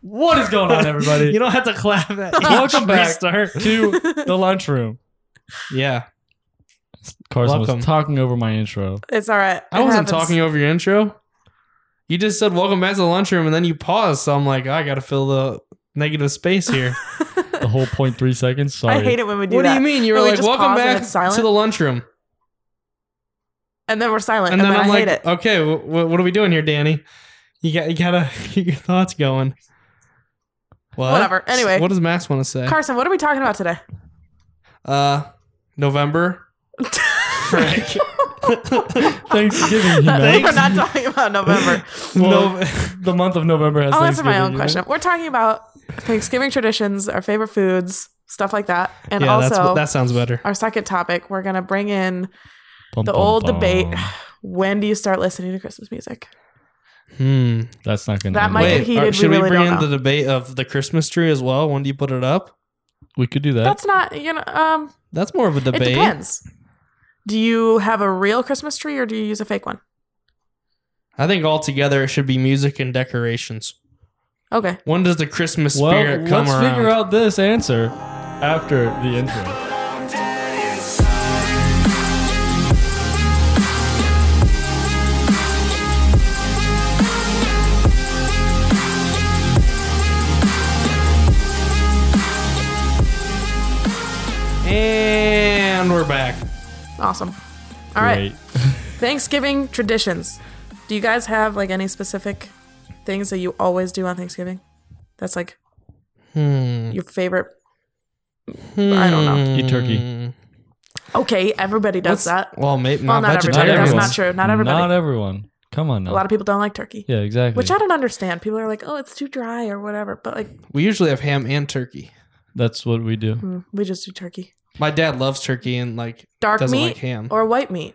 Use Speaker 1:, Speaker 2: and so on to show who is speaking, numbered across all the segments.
Speaker 1: What is going on, everybody?
Speaker 2: You don't have to clap at each
Speaker 1: Welcome back.
Speaker 2: restart.
Speaker 1: to the lunchroom.
Speaker 2: Yeah.
Speaker 1: Carson
Speaker 2: Welcome.
Speaker 1: was talking over my intro.
Speaker 3: It's all right.
Speaker 2: I
Speaker 3: It
Speaker 2: wasn't
Speaker 3: happens.
Speaker 2: talking over your intro. You just said welcome back to the lunchroom and then you paused. So I'm like, I gotta fill the negative space here.
Speaker 1: The whole point three seconds. Sorry.
Speaker 3: I hate it when we do
Speaker 2: what
Speaker 3: that.
Speaker 2: do you mean? You were
Speaker 3: When we
Speaker 2: like,
Speaker 3: just
Speaker 2: welcome
Speaker 3: pause and
Speaker 2: back
Speaker 3: it's silent?
Speaker 2: to the lunchroom.
Speaker 3: And then we're silent,
Speaker 2: And, then, I'm
Speaker 3: I
Speaker 2: like,
Speaker 3: hate it.
Speaker 2: okay, wh- wh- what are we doing here, Danny? You got you gotta get your thoughts going. What?
Speaker 3: Whatever. Anyway.
Speaker 2: what does Max want to say?
Speaker 3: Carson, what are we talking about today?
Speaker 2: uh, November. Frick.
Speaker 1: Thanksgiving. You know?
Speaker 3: We're not talking about November.
Speaker 1: Well,
Speaker 2: Nov-
Speaker 1: the month of November has
Speaker 3: I'll answer my
Speaker 1: Thanksgiving,
Speaker 3: own
Speaker 1: you know?
Speaker 3: question. We're talking about Thanksgiving traditions, our favorite foods, stuff like that, and
Speaker 2: yeah, that's,
Speaker 3: also
Speaker 2: that sounds better.
Speaker 3: our second topic. We're gonna bring in
Speaker 1: Bum,
Speaker 3: the
Speaker 1: bum,
Speaker 3: old
Speaker 1: bum.
Speaker 3: debate. When do you start listening to Christmas music?
Speaker 2: Hmm.
Speaker 1: That's not going to
Speaker 3: That might get
Speaker 2: Wait,
Speaker 3: heated,
Speaker 2: are-
Speaker 3: we
Speaker 2: should we,
Speaker 3: really
Speaker 2: bring in
Speaker 3: don't know.
Speaker 2: the debate of the Christmas tree as well? When do you put it up?
Speaker 1: We could do that.
Speaker 3: That's not you know. Um,
Speaker 2: That's more of a debate.
Speaker 3: it depends. Do you have a real Christmas tree or do you use a fake one?
Speaker 2: I think altogether it should be music and decorations.
Speaker 3: Okay.
Speaker 2: When does the Christmas
Speaker 1: well,
Speaker 2: spirit come
Speaker 1: let's
Speaker 2: around?
Speaker 1: figure out this answer after the intro.
Speaker 2: and we're back.
Speaker 3: Awesome. All right.
Speaker 1: Great.
Speaker 3: Thanksgiving traditions. Do you guys have like any specific things that you always do on Thanksgiving? That's like
Speaker 2: Hmm.
Speaker 3: your favorite. I don't know.
Speaker 1: Eat turkey.
Speaker 2: Hmm.
Speaker 3: Okay, everybody does
Speaker 2: What's-
Speaker 3: that.
Speaker 2: Well, maybe
Speaker 3: Well, not everybody.
Speaker 1: vegetarian.
Speaker 3: That's
Speaker 1: Not
Speaker 3: not true. Not everybody.
Speaker 1: Not everyone. Come on now.
Speaker 3: a lot of people don't like turkey,
Speaker 1: yeah, exactly.
Speaker 3: which I don't understand. People are like, "Oh, it's too dry" or whatever, but like
Speaker 2: We usually have ham and turkey.
Speaker 1: That's what we do.
Speaker 3: mm, we just do turkey.
Speaker 2: My dad loves turkey and like
Speaker 3: Dark
Speaker 2: doesn't
Speaker 3: meat
Speaker 2: like ham.
Speaker 3: or white meat?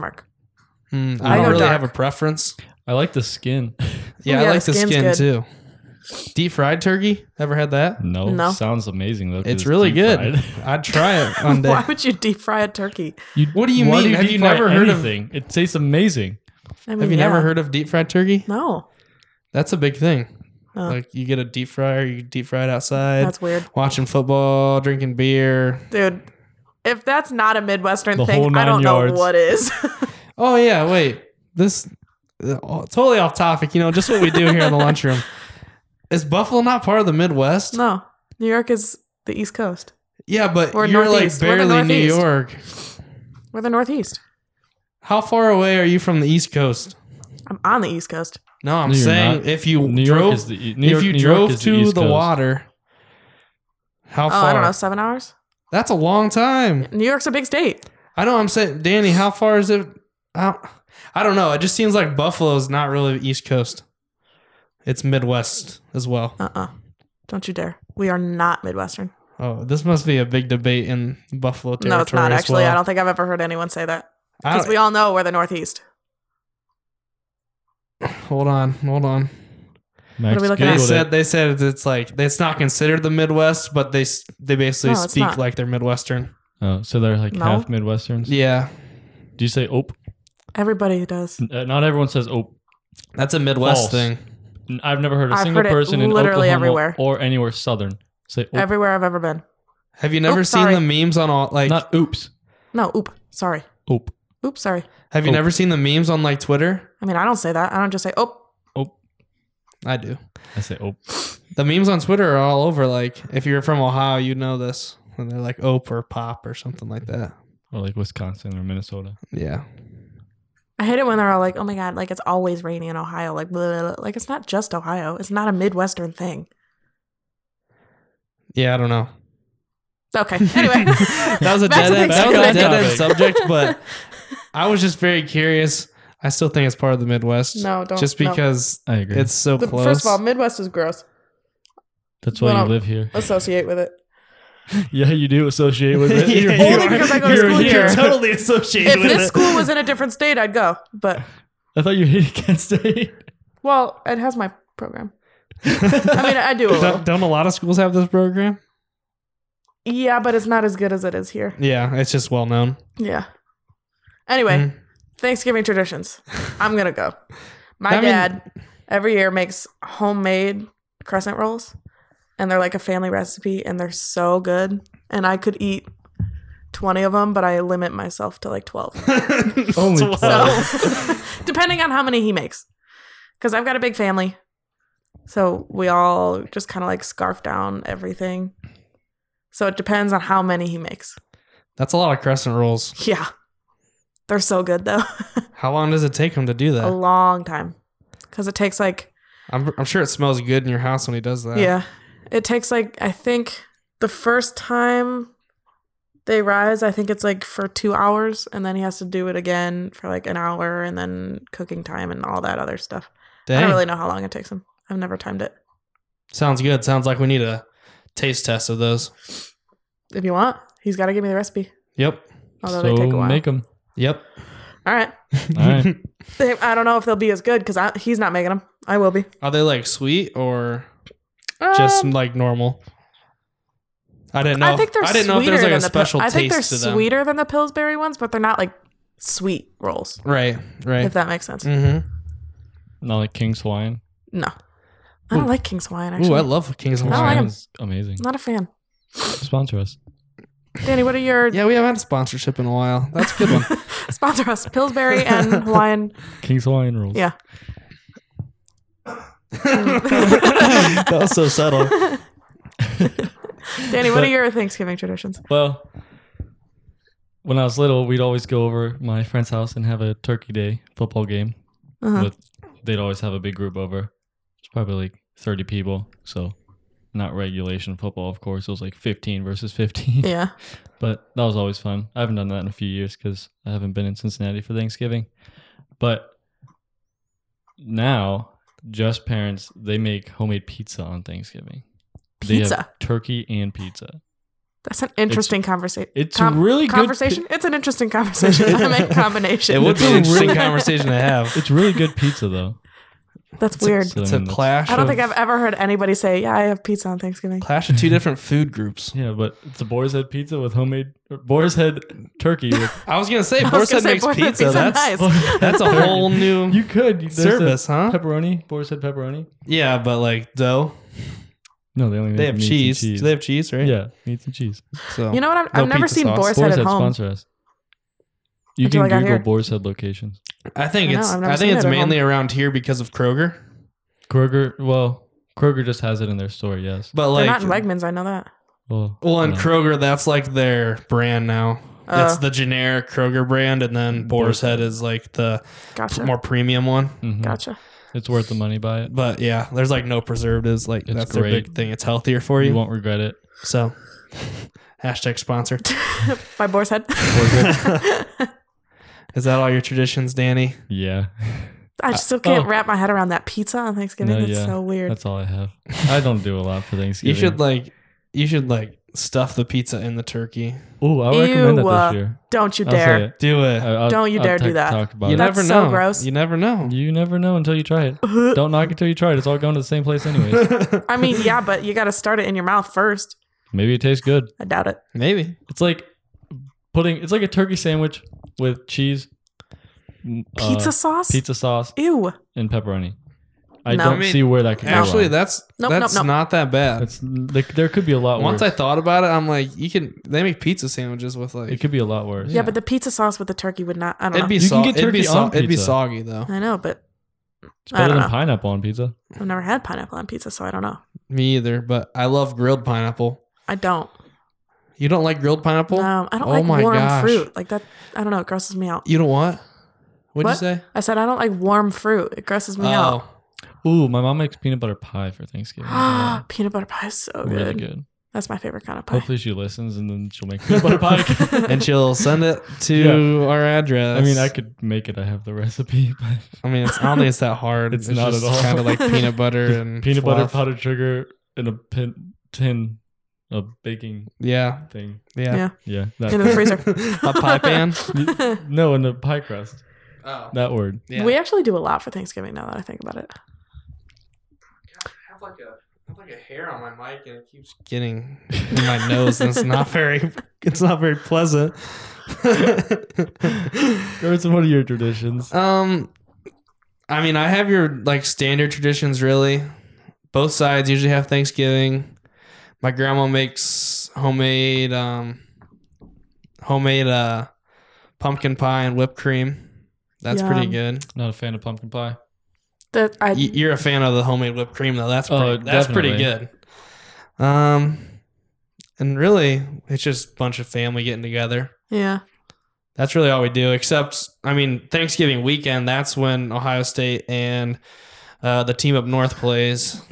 Speaker 3: mark.
Speaker 2: Hmm,
Speaker 1: I
Speaker 2: I don't
Speaker 1: go
Speaker 2: really
Speaker 3: dark.
Speaker 2: have a preference.
Speaker 1: I like the skin.
Speaker 2: Yeah,
Speaker 3: yeah,
Speaker 2: I
Speaker 3: the
Speaker 2: like the,
Speaker 3: skin's
Speaker 2: skin
Speaker 3: good.
Speaker 2: too. Deep fried turkey. Ever had that?
Speaker 1: No,
Speaker 3: No.
Speaker 1: sounds amazing though. 'cause
Speaker 2: It's really
Speaker 1: deep
Speaker 2: good.
Speaker 1: fried.
Speaker 2: I'd try it one day.
Speaker 3: Why would you deep fry a turkey?
Speaker 1: You,
Speaker 2: What do you
Speaker 1: why
Speaker 2: mean? Have
Speaker 1: deep
Speaker 2: you
Speaker 1: fry
Speaker 2: never heard of-
Speaker 1: anything? It tastes amazing.
Speaker 3: I mean,
Speaker 2: Have you
Speaker 3: yeah.
Speaker 2: never heard of deep fried turkey?
Speaker 3: No,
Speaker 2: That's a big thing.
Speaker 3: Oh.
Speaker 2: Like you get a deep fryer, you deep fry it outside,
Speaker 3: that's weird,
Speaker 2: watching football, drinking beer.
Speaker 3: dude. If that's not a Midwestern
Speaker 1: The whole
Speaker 3: thing, I
Speaker 1: nine
Speaker 3: don't
Speaker 1: yards.
Speaker 3: know what is.
Speaker 2: Oh yeah, wait. This uh, oh, totally off topic. You know, just what we do here in the lunchroom. Is Buffalo not part of the Midwest?
Speaker 3: no, New York is the East Coast.
Speaker 2: Yeah, but
Speaker 3: We're
Speaker 2: you're
Speaker 3: Northeast.
Speaker 2: like
Speaker 3: We're the
Speaker 2: barely New
Speaker 3: Northeast.
Speaker 2: York.
Speaker 3: We're the Northeast.
Speaker 2: How far away are you from the East Coast?
Speaker 3: I'm on the East Coast.
Speaker 2: No, I'm
Speaker 1: No, you're
Speaker 2: saying
Speaker 1: not.
Speaker 2: if you
Speaker 1: New
Speaker 2: drove
Speaker 1: York is the e- New York,
Speaker 2: if you
Speaker 1: New York
Speaker 2: drove
Speaker 1: is
Speaker 2: to
Speaker 1: East
Speaker 2: the
Speaker 1: Coast.
Speaker 2: water, how
Speaker 3: Oh,
Speaker 2: far?
Speaker 3: I don't know, seven hours.
Speaker 2: That's a long time.
Speaker 3: New York's a big state.
Speaker 2: I know. I'm saying, Danny, how far is it? I don't, I don't know. It just seems like Buffalo's not really East Coast. It's Midwest as well.
Speaker 3: Uh uh-uh. uh. do not you dare. We are not Midwestern.
Speaker 2: Oh, this must be a big debate in Buffalo territory.
Speaker 3: No, it's not
Speaker 2: as
Speaker 3: actually.
Speaker 2: well.
Speaker 3: I don't think I've ever heard anyone say that.
Speaker 2: I
Speaker 3: Because
Speaker 2: don't-
Speaker 3: we all know we're the Northeast.
Speaker 2: hold on, hold on.
Speaker 1: Max
Speaker 3: What are we looking
Speaker 2: They
Speaker 3: at?
Speaker 1: Googled it.
Speaker 2: said they said it's like it's not considered the Midwest, but they s- they basically
Speaker 3: No, it's
Speaker 2: speak
Speaker 3: not.
Speaker 2: like they're Midwestern.
Speaker 1: Oh, so they're like
Speaker 3: No.
Speaker 1: half Midwesterns.
Speaker 2: Yeah,
Speaker 1: Do you say ope?
Speaker 3: Everybody does.
Speaker 1: Uh, Not everyone says ope.
Speaker 2: that's a Midwest
Speaker 1: False.
Speaker 2: thing.
Speaker 1: N- I've never heard a
Speaker 3: I've
Speaker 1: single
Speaker 3: heard it
Speaker 1: person in
Speaker 3: literally
Speaker 1: Oklahoma
Speaker 3: everywhere.
Speaker 1: or anywhere southern say ope.
Speaker 3: Everywhere I've ever been.
Speaker 2: Have you never
Speaker 3: Oops,
Speaker 2: seen
Speaker 3: sorry.
Speaker 2: the memes on all like?
Speaker 1: not oops.
Speaker 3: No, oop. Sorry.
Speaker 1: Ope.
Speaker 3: Oop, sorry.
Speaker 2: have you
Speaker 1: Oh.
Speaker 2: never seen the memes on like Twitter?
Speaker 3: I mean, I don't say that. I don't just say, oh,
Speaker 1: Ope.
Speaker 2: I do.
Speaker 1: I say ope.
Speaker 2: The memes on Twitter are all over. Like, if you're from Ohio, you know this. And they're like "ope" or pop or something like that.
Speaker 1: Or like Wisconsin or Minnesota.
Speaker 2: Yeah.
Speaker 3: I hate it when they're all like, oh my God, like it's always rainy in Ohio. Like, blah, blah, blah. like it's not just Ohio. It's not a Midwestern thing.
Speaker 2: Yeah, I don't know.
Speaker 3: Okay. Anyway.
Speaker 2: That was a dead
Speaker 3: Back to
Speaker 2: end, that was a
Speaker 1: Thanksgiving.
Speaker 2: dead end
Speaker 1: Topic.
Speaker 2: subject, but I was just very curious. I still think it's part of the Midwest.
Speaker 3: No, don't-
Speaker 2: Just
Speaker 3: no.
Speaker 2: because
Speaker 1: I agree.
Speaker 2: it's so
Speaker 3: The-
Speaker 2: close.
Speaker 3: first of all, Midwest is gross.
Speaker 1: That's why
Speaker 3: well,
Speaker 1: you live here.
Speaker 3: Associate with it.
Speaker 1: Yeah, you do associate with it.
Speaker 2: Yeah,
Speaker 1: You're
Speaker 2: you
Speaker 1: here.
Speaker 3: Only because I go to
Speaker 1: You're
Speaker 3: school
Speaker 1: here.
Speaker 3: here.
Speaker 2: totally associated
Speaker 3: If this school was in a different state, I'd go. But
Speaker 1: I thought you hated Kent State.
Speaker 3: Well, it has my program. I mean, I do. A little.
Speaker 2: don't, don't a lot of schools have this program?
Speaker 3: Yeah, but it's not as good as it is here.
Speaker 2: Yeah, it's just well known.
Speaker 3: Yeah. Anyway,
Speaker 2: Mhm.
Speaker 3: Thanksgiving traditions. I'm gonna go. My
Speaker 2: I mean-
Speaker 3: dad every year makes homemade crescent rolls, and they're like a family recipe, and they're so good. And I could eat twenty of them, but I limit myself to like twelve.
Speaker 2: Mm.
Speaker 1: Only
Speaker 2: Wow.
Speaker 1: twelve.
Speaker 3: So, depending on how many he makes, because I've got a big family, so we all just kind of like scarf down everything. So it depends on how many he makes.
Speaker 2: That's a lot of crescent rolls.
Speaker 3: Yeah, they're so good though.
Speaker 2: How long does it take him to do
Speaker 3: a
Speaker 2: that?
Speaker 3: long time, because it takes like
Speaker 2: I'm, I'm sure it smells good in your house when he does that.
Speaker 3: Yeah. It takes like I think the first time they rise, I think it's like for two hours, and then he has to do it again for like an hour and then cooking time and all that other stuff. I
Speaker 2: Dang.
Speaker 3: don't really know how long it takes him. I've never timed it.
Speaker 2: Sounds good. Sounds like we need a taste test of those.
Speaker 3: If you want, he's gotta give me the recipe.
Speaker 2: Yep.
Speaker 3: Although they take a
Speaker 1: So
Speaker 3: while.
Speaker 1: make them.
Speaker 2: Yep.
Speaker 3: all right.
Speaker 1: All right.
Speaker 3: They- I don't know if they'll be as good because he's not making them. I will be.
Speaker 2: Are they like sweet or just
Speaker 3: Um,
Speaker 2: like normal? I didn't know.
Speaker 3: I think they're
Speaker 2: I didn't know if
Speaker 3: sweeter
Speaker 2: there's like
Speaker 3: than
Speaker 2: a
Speaker 3: the Pil-
Speaker 2: special
Speaker 3: I
Speaker 2: taste
Speaker 3: think they're
Speaker 2: to them.
Speaker 3: sweeter than the Pillsbury ones, but they're not like sweet rolls.
Speaker 2: Right. Right.
Speaker 3: If that makes sense.
Speaker 2: Mm-hmm.
Speaker 1: Not like King's Hawaiian.
Speaker 3: No. I don't
Speaker 2: Ooh.
Speaker 3: like King's Hawaiian, actually.
Speaker 2: Ooh, I love Kings of
Speaker 1: King's
Speaker 3: I like
Speaker 2: Hawaiian.
Speaker 1: Hawaiian
Speaker 3: 'em.
Speaker 1: is amazing.
Speaker 3: Not a fan.
Speaker 1: Sponsor us.
Speaker 3: Danny, what are your
Speaker 2: Yeah, we haven't had a sponsorship in a while. That's a good one.
Speaker 3: sponsor us? Pillsbury and Hawaiian.
Speaker 1: King's Hawaiian rules.
Speaker 3: Yeah.
Speaker 2: that was so subtle.
Speaker 3: Danny, what are your Thanksgiving traditions?
Speaker 1: Well, when I was little, we'd always go over my friend's house and have a turkey day football game.
Speaker 3: Uh-huh.
Speaker 1: With they'd always have a big group over. It's probably like thirty people. So not regulation football, of course. It was like fifteen versus fifteen.
Speaker 3: Yeah.
Speaker 1: But that was always fun. I haven't done that in a few years because I haven't been in Cincinnati for Thanksgiving. But now, just parents, they make homemade pizza on Thanksgiving.
Speaker 2: uh,
Speaker 1: They have
Speaker 3: Pizza.
Speaker 1: turkey and pizza.
Speaker 3: That's an interesting conversation.
Speaker 1: It's a really good
Speaker 3: conversation. it's an interesting conversation. I meant combination.
Speaker 2: It would be an interesting
Speaker 1: Really?
Speaker 2: conversation to have.
Speaker 1: It's really good pizza though.
Speaker 3: That's weird.
Speaker 1: So,
Speaker 2: It's
Speaker 1: I
Speaker 2: a
Speaker 1: mean, that's-
Speaker 2: clash.
Speaker 3: I don't
Speaker 2: of-
Speaker 3: think I've ever heard anybody say, "Yeah, I have pizza on Thanksgiving."
Speaker 2: clash of two different food groups.
Speaker 1: Yeah, but it's a boar's head pizza with homemade or boar's head turkey. With,
Speaker 2: I was gonna say
Speaker 3: I was
Speaker 2: Borset
Speaker 3: gonna say
Speaker 2: makes
Speaker 3: Borsod
Speaker 2: pizza.
Speaker 3: pizza,
Speaker 2: That's
Speaker 3: nice.
Speaker 2: that's a whole new
Speaker 1: you could there's the
Speaker 2: service, huh?
Speaker 1: Pepperoni, boar's head pepperoni.
Speaker 2: yeah, but like dough.
Speaker 1: No, they only make
Speaker 2: They have
Speaker 1: meats Mm, and
Speaker 2: cheese. Do they have cheese, right?
Speaker 1: yeah, meats and cheese.
Speaker 2: So
Speaker 3: You know what? I'm,
Speaker 2: No
Speaker 3: I've never
Speaker 2: pizza
Speaker 3: seen
Speaker 2: sauce.
Speaker 3: Boar's Head
Speaker 1: Boar's
Speaker 3: at
Speaker 1: Head
Speaker 3: home.
Speaker 1: sponsor us. You
Speaker 3: Until
Speaker 1: can
Speaker 3: I got
Speaker 1: Google
Speaker 3: here.
Speaker 1: Boar's Head locations.
Speaker 2: I think
Speaker 3: I know,
Speaker 2: it's
Speaker 3: I've
Speaker 2: I,
Speaker 3: never
Speaker 2: think
Speaker 3: seen
Speaker 2: it's
Speaker 3: it at
Speaker 2: mainly around here because of Kroger.
Speaker 1: Kroger, well, Kroger just has it in their store. Yes.
Speaker 2: But like
Speaker 3: They're not in Wegmans. I know that.
Speaker 1: Well,
Speaker 2: well, and
Speaker 1: no.
Speaker 2: Kroger that's like their brand now.
Speaker 3: Oh.
Speaker 2: it's the generic Kroger brand, and then Boar's Head is like the
Speaker 3: Gotcha.
Speaker 2: more premium one.
Speaker 1: Mhm.
Speaker 3: gotcha.
Speaker 1: It's worth the money. Buy it.
Speaker 2: But yeah, there's like no preservatives. Like
Speaker 1: It's
Speaker 2: that's their
Speaker 1: great.
Speaker 2: big thing. It's healthier for
Speaker 1: You
Speaker 2: you.
Speaker 1: won't regret it.
Speaker 2: so hashtag sponsor.
Speaker 3: By Boar's Head.
Speaker 2: Is that all your traditions, Danny?
Speaker 1: Yeah,
Speaker 3: I just still can't
Speaker 1: oh.
Speaker 3: wrap my head around that pizza on Thanksgiving.
Speaker 1: No,
Speaker 3: That's
Speaker 1: yeah.
Speaker 3: so weird.
Speaker 1: that's all I have. I don't do a lot for
Speaker 2: You
Speaker 1: Thanksgiving.
Speaker 2: should like you should like stuff the pizza in the turkey.
Speaker 1: Oh, I recommend
Speaker 3: Ew, uh,
Speaker 1: that this year.
Speaker 3: Don't you
Speaker 1: I'll say
Speaker 3: dare.
Speaker 1: it.
Speaker 2: Do it.
Speaker 1: I- I'll-
Speaker 3: Don't you
Speaker 1: I'll
Speaker 3: dare do
Speaker 1: tec-
Speaker 3: that.
Speaker 1: Talk about
Speaker 2: you
Speaker 1: it.
Speaker 3: That's
Speaker 2: never
Speaker 3: so
Speaker 2: know.
Speaker 3: gross.
Speaker 2: You never know.
Speaker 1: You never know until you try it. Don't knock it till you try it. It's all going to the same place anyways.
Speaker 3: I mean, yeah, but you got to start it in your mouth first.
Speaker 1: Maybe it tastes good.
Speaker 3: I doubt it.
Speaker 2: Maybe.
Speaker 1: It's like putting. It's like a turkey sandwich with cheese, m- uh,
Speaker 3: Pizza sauce?
Speaker 1: pizza sauce,
Speaker 3: Ew.
Speaker 1: and pepperoni. I
Speaker 3: No.
Speaker 1: don't
Speaker 3: I
Speaker 2: mean,
Speaker 1: see where that could
Speaker 2: Actually,
Speaker 1: go wrong.
Speaker 2: that's
Speaker 3: Nope,
Speaker 2: that's
Speaker 3: nope, nope.
Speaker 2: not that bad.
Speaker 1: That's like, there could be a lot
Speaker 2: Once I
Speaker 1: worse.
Speaker 2: thought about it, I'm like, you can. They make pizza sandwiches with like.
Speaker 1: it could be a lot worse.
Speaker 3: Yeah.
Speaker 2: Yeah.
Speaker 3: but the pizza sauce with the turkey would not. I don't
Speaker 2: it'd be
Speaker 1: You can
Speaker 2: soggy.
Speaker 1: get
Speaker 2: It'd be,
Speaker 1: turkey
Speaker 2: so-
Speaker 1: on
Speaker 2: it'd be
Speaker 1: pizza.
Speaker 2: soggy though.
Speaker 3: know. I know, but
Speaker 1: It's
Speaker 3: I
Speaker 1: better
Speaker 3: don't
Speaker 1: than
Speaker 3: know.
Speaker 1: pineapple on pizza.
Speaker 3: I've never had pineapple on pizza, so I don't know.
Speaker 2: Me either, but I love grilled pineapple.
Speaker 3: I don't.
Speaker 2: You don't like grilled pineapple?
Speaker 3: Um, I don't
Speaker 2: Oh
Speaker 3: like
Speaker 2: my
Speaker 3: warm
Speaker 2: gosh.
Speaker 3: fruit. Like that. I don't know. It grosses me out.
Speaker 2: You don't want? What'd
Speaker 3: What?
Speaker 2: you say? Oh.
Speaker 3: I said I don't like warm fruit. It grosses me out.
Speaker 1: Ooh, my mom makes peanut butter pie for Thanksgiving. Yeah.
Speaker 3: Peanut butter pie is so Oh, good.
Speaker 1: really good.
Speaker 3: That's my favorite kind of pie.
Speaker 1: Hopefully she listens and then she'll make peanut butter pie. again.
Speaker 2: and she'll send it to
Speaker 1: Yeah.
Speaker 2: our address.
Speaker 1: I mean, I could make it. I have the recipe, but
Speaker 2: I mean, it's, I don't think it's that hard.
Speaker 1: It's not at all.
Speaker 2: Kind of like peanut butter and
Speaker 1: peanut butter,
Speaker 2: fluff.
Speaker 1: powdered sugar, and a pin, tin of baking
Speaker 2: Yeah,
Speaker 1: thing.
Speaker 2: yeah.
Speaker 1: Yeah.
Speaker 3: In the
Speaker 1: That,
Speaker 3: freezer.
Speaker 2: A pie pan.
Speaker 1: no, in the pie crust.
Speaker 2: Oh,
Speaker 1: That word.
Speaker 2: yeah.
Speaker 3: We actually do a lot for Thanksgiving now that I think about it.
Speaker 2: I have like a I have like a hair on my mic and it keeps getting in my nose and it's not very it's not very pleasant.
Speaker 1: Gerson, what are your traditions?
Speaker 2: um I mean I have your like standard traditions really. both sides usually have Thanksgiving. My grandma makes homemade um homemade uh pumpkin pie and whipped cream. That's pretty
Speaker 3: Yum.
Speaker 2: good.
Speaker 1: Not a fan of pumpkin pie.
Speaker 3: That I
Speaker 2: Y- You're a fan of the homemade whipped cream though. That's pretty,
Speaker 1: Oh,
Speaker 2: that's pretty good. Um and really it's just a bunch of family getting together.
Speaker 3: yeah.
Speaker 2: That's really all we do, except I mean Thanksgiving weekend. That's when Ohio State and uh, the team up north plays.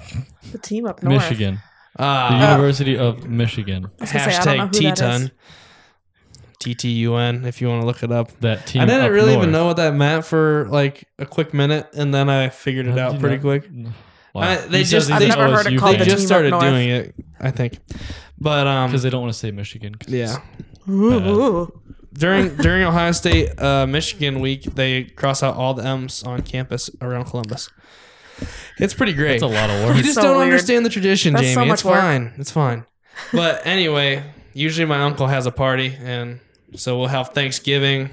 Speaker 3: The team up north.
Speaker 1: Michigan. The
Speaker 2: Uh,
Speaker 1: University of Michigan.
Speaker 3: I was gonna say, I don't know
Speaker 2: hashtag
Speaker 3: who that is.
Speaker 2: T-Ton. T-T-U-N, if you want to look it up.
Speaker 1: That team.
Speaker 2: I didn't
Speaker 1: up
Speaker 2: really even know
Speaker 1: north.
Speaker 2: what that meant for like a quick minute, and then I figured it
Speaker 1: How did
Speaker 2: out
Speaker 1: you
Speaker 2: pretty
Speaker 1: not-
Speaker 2: quick.
Speaker 1: Wow.
Speaker 2: I- they
Speaker 1: He says
Speaker 2: just-
Speaker 1: he's
Speaker 2: I've
Speaker 1: an
Speaker 2: never
Speaker 3: heard it
Speaker 1: OSU
Speaker 3: called
Speaker 2: They
Speaker 3: the
Speaker 1: fan.
Speaker 3: team
Speaker 2: just
Speaker 3: up
Speaker 2: started
Speaker 3: north.
Speaker 2: doing it, I think. But um,
Speaker 1: because they don't want to say Michigan. 'cause
Speaker 2: yeah.
Speaker 3: Ooh,
Speaker 1: Bad.
Speaker 2: Uh,
Speaker 3: ooh.
Speaker 2: during during Ohio State uh, Michigan week, they cross out all the M's on campus around Columbus. It's pretty great.
Speaker 1: it's a lot of
Speaker 2: you
Speaker 1: work.
Speaker 2: just
Speaker 3: So
Speaker 2: don't
Speaker 3: weird.
Speaker 2: understand the tradition,
Speaker 3: That's so
Speaker 2: Jamie.
Speaker 3: much
Speaker 2: it's
Speaker 3: work.
Speaker 2: fine. It's fine. But anyway, usually my uncle has a party, and so we'll have Thanksgiving,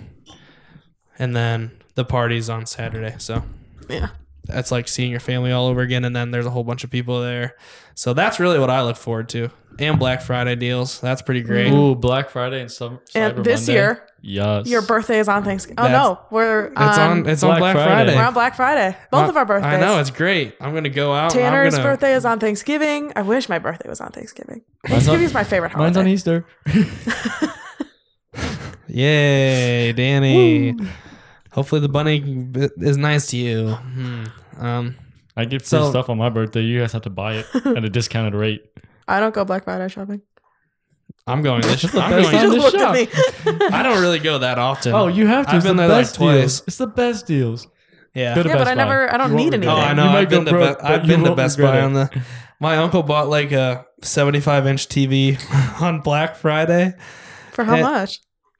Speaker 2: and then the party's on Saturday. So
Speaker 3: Yeah.
Speaker 2: that's like seeing your family all over again, and then there's a whole bunch of people there. So that's really what I look forward to. And Black Friday deals. That's pretty great.
Speaker 1: Ooh, Black Friday and some.
Speaker 3: And
Speaker 1: Cyber
Speaker 3: this
Speaker 1: Monday.
Speaker 3: year,
Speaker 1: Yes.
Speaker 3: your birthday is on Thanksgiving. Oh
Speaker 2: That's-
Speaker 3: no, we're on,
Speaker 2: It's on. It's on
Speaker 1: Black
Speaker 2: Black
Speaker 1: Friday.
Speaker 2: Friday.
Speaker 3: we're on Black Friday. Both
Speaker 2: Uh,
Speaker 3: of our birthdays.
Speaker 2: I know it's great. I'm gonna go out.
Speaker 1: Oh,
Speaker 2: and I'm
Speaker 3: Tanner's
Speaker 2: gonna-
Speaker 3: birthday is on Thanksgiving. I wish my birthday was on Thanksgiving.
Speaker 1: Mine's on,
Speaker 3: Thanksgiving's my favorite holiday.
Speaker 1: mine's on Easter.
Speaker 2: Yay, Danny! Hopefully the bunny is nice to you. Hmm. Um,
Speaker 1: I get free
Speaker 2: So-
Speaker 1: stuff on my birthday. You guys have to buy it at a discounted rate.
Speaker 3: I don't go Black Friday shopping.
Speaker 2: I'm going this.
Speaker 1: the
Speaker 2: I'm
Speaker 1: best
Speaker 2: going
Speaker 1: time to
Speaker 3: You
Speaker 2: this-
Speaker 3: looked
Speaker 1: shop.
Speaker 3: at me.
Speaker 2: I don't really go that often.
Speaker 1: Oh, you have to.
Speaker 2: I've
Speaker 1: it's
Speaker 2: been
Speaker 1: the
Speaker 2: there, like,
Speaker 1: best deals.
Speaker 2: twice.
Speaker 1: It's the best deals.
Speaker 2: yeah.
Speaker 1: Go to
Speaker 3: Yeah, but
Speaker 1: Best
Speaker 3: I never-
Speaker 1: Buy.
Speaker 3: I don't
Speaker 1: You won't
Speaker 3: need
Speaker 1: regret
Speaker 2: Oh,
Speaker 1: it.
Speaker 2: I
Speaker 3: anything.
Speaker 2: know.
Speaker 1: You might
Speaker 2: I've
Speaker 1: go
Speaker 2: been, to,
Speaker 1: broke,
Speaker 2: Be-
Speaker 1: but
Speaker 2: I've
Speaker 1: you
Speaker 2: been to
Speaker 1: won't
Speaker 2: Best
Speaker 1: regret
Speaker 2: Buy
Speaker 1: it.
Speaker 2: on the. My uncle bought like a 75 inch TV on Black Friday.
Speaker 3: For how
Speaker 2: Eh.
Speaker 3: much?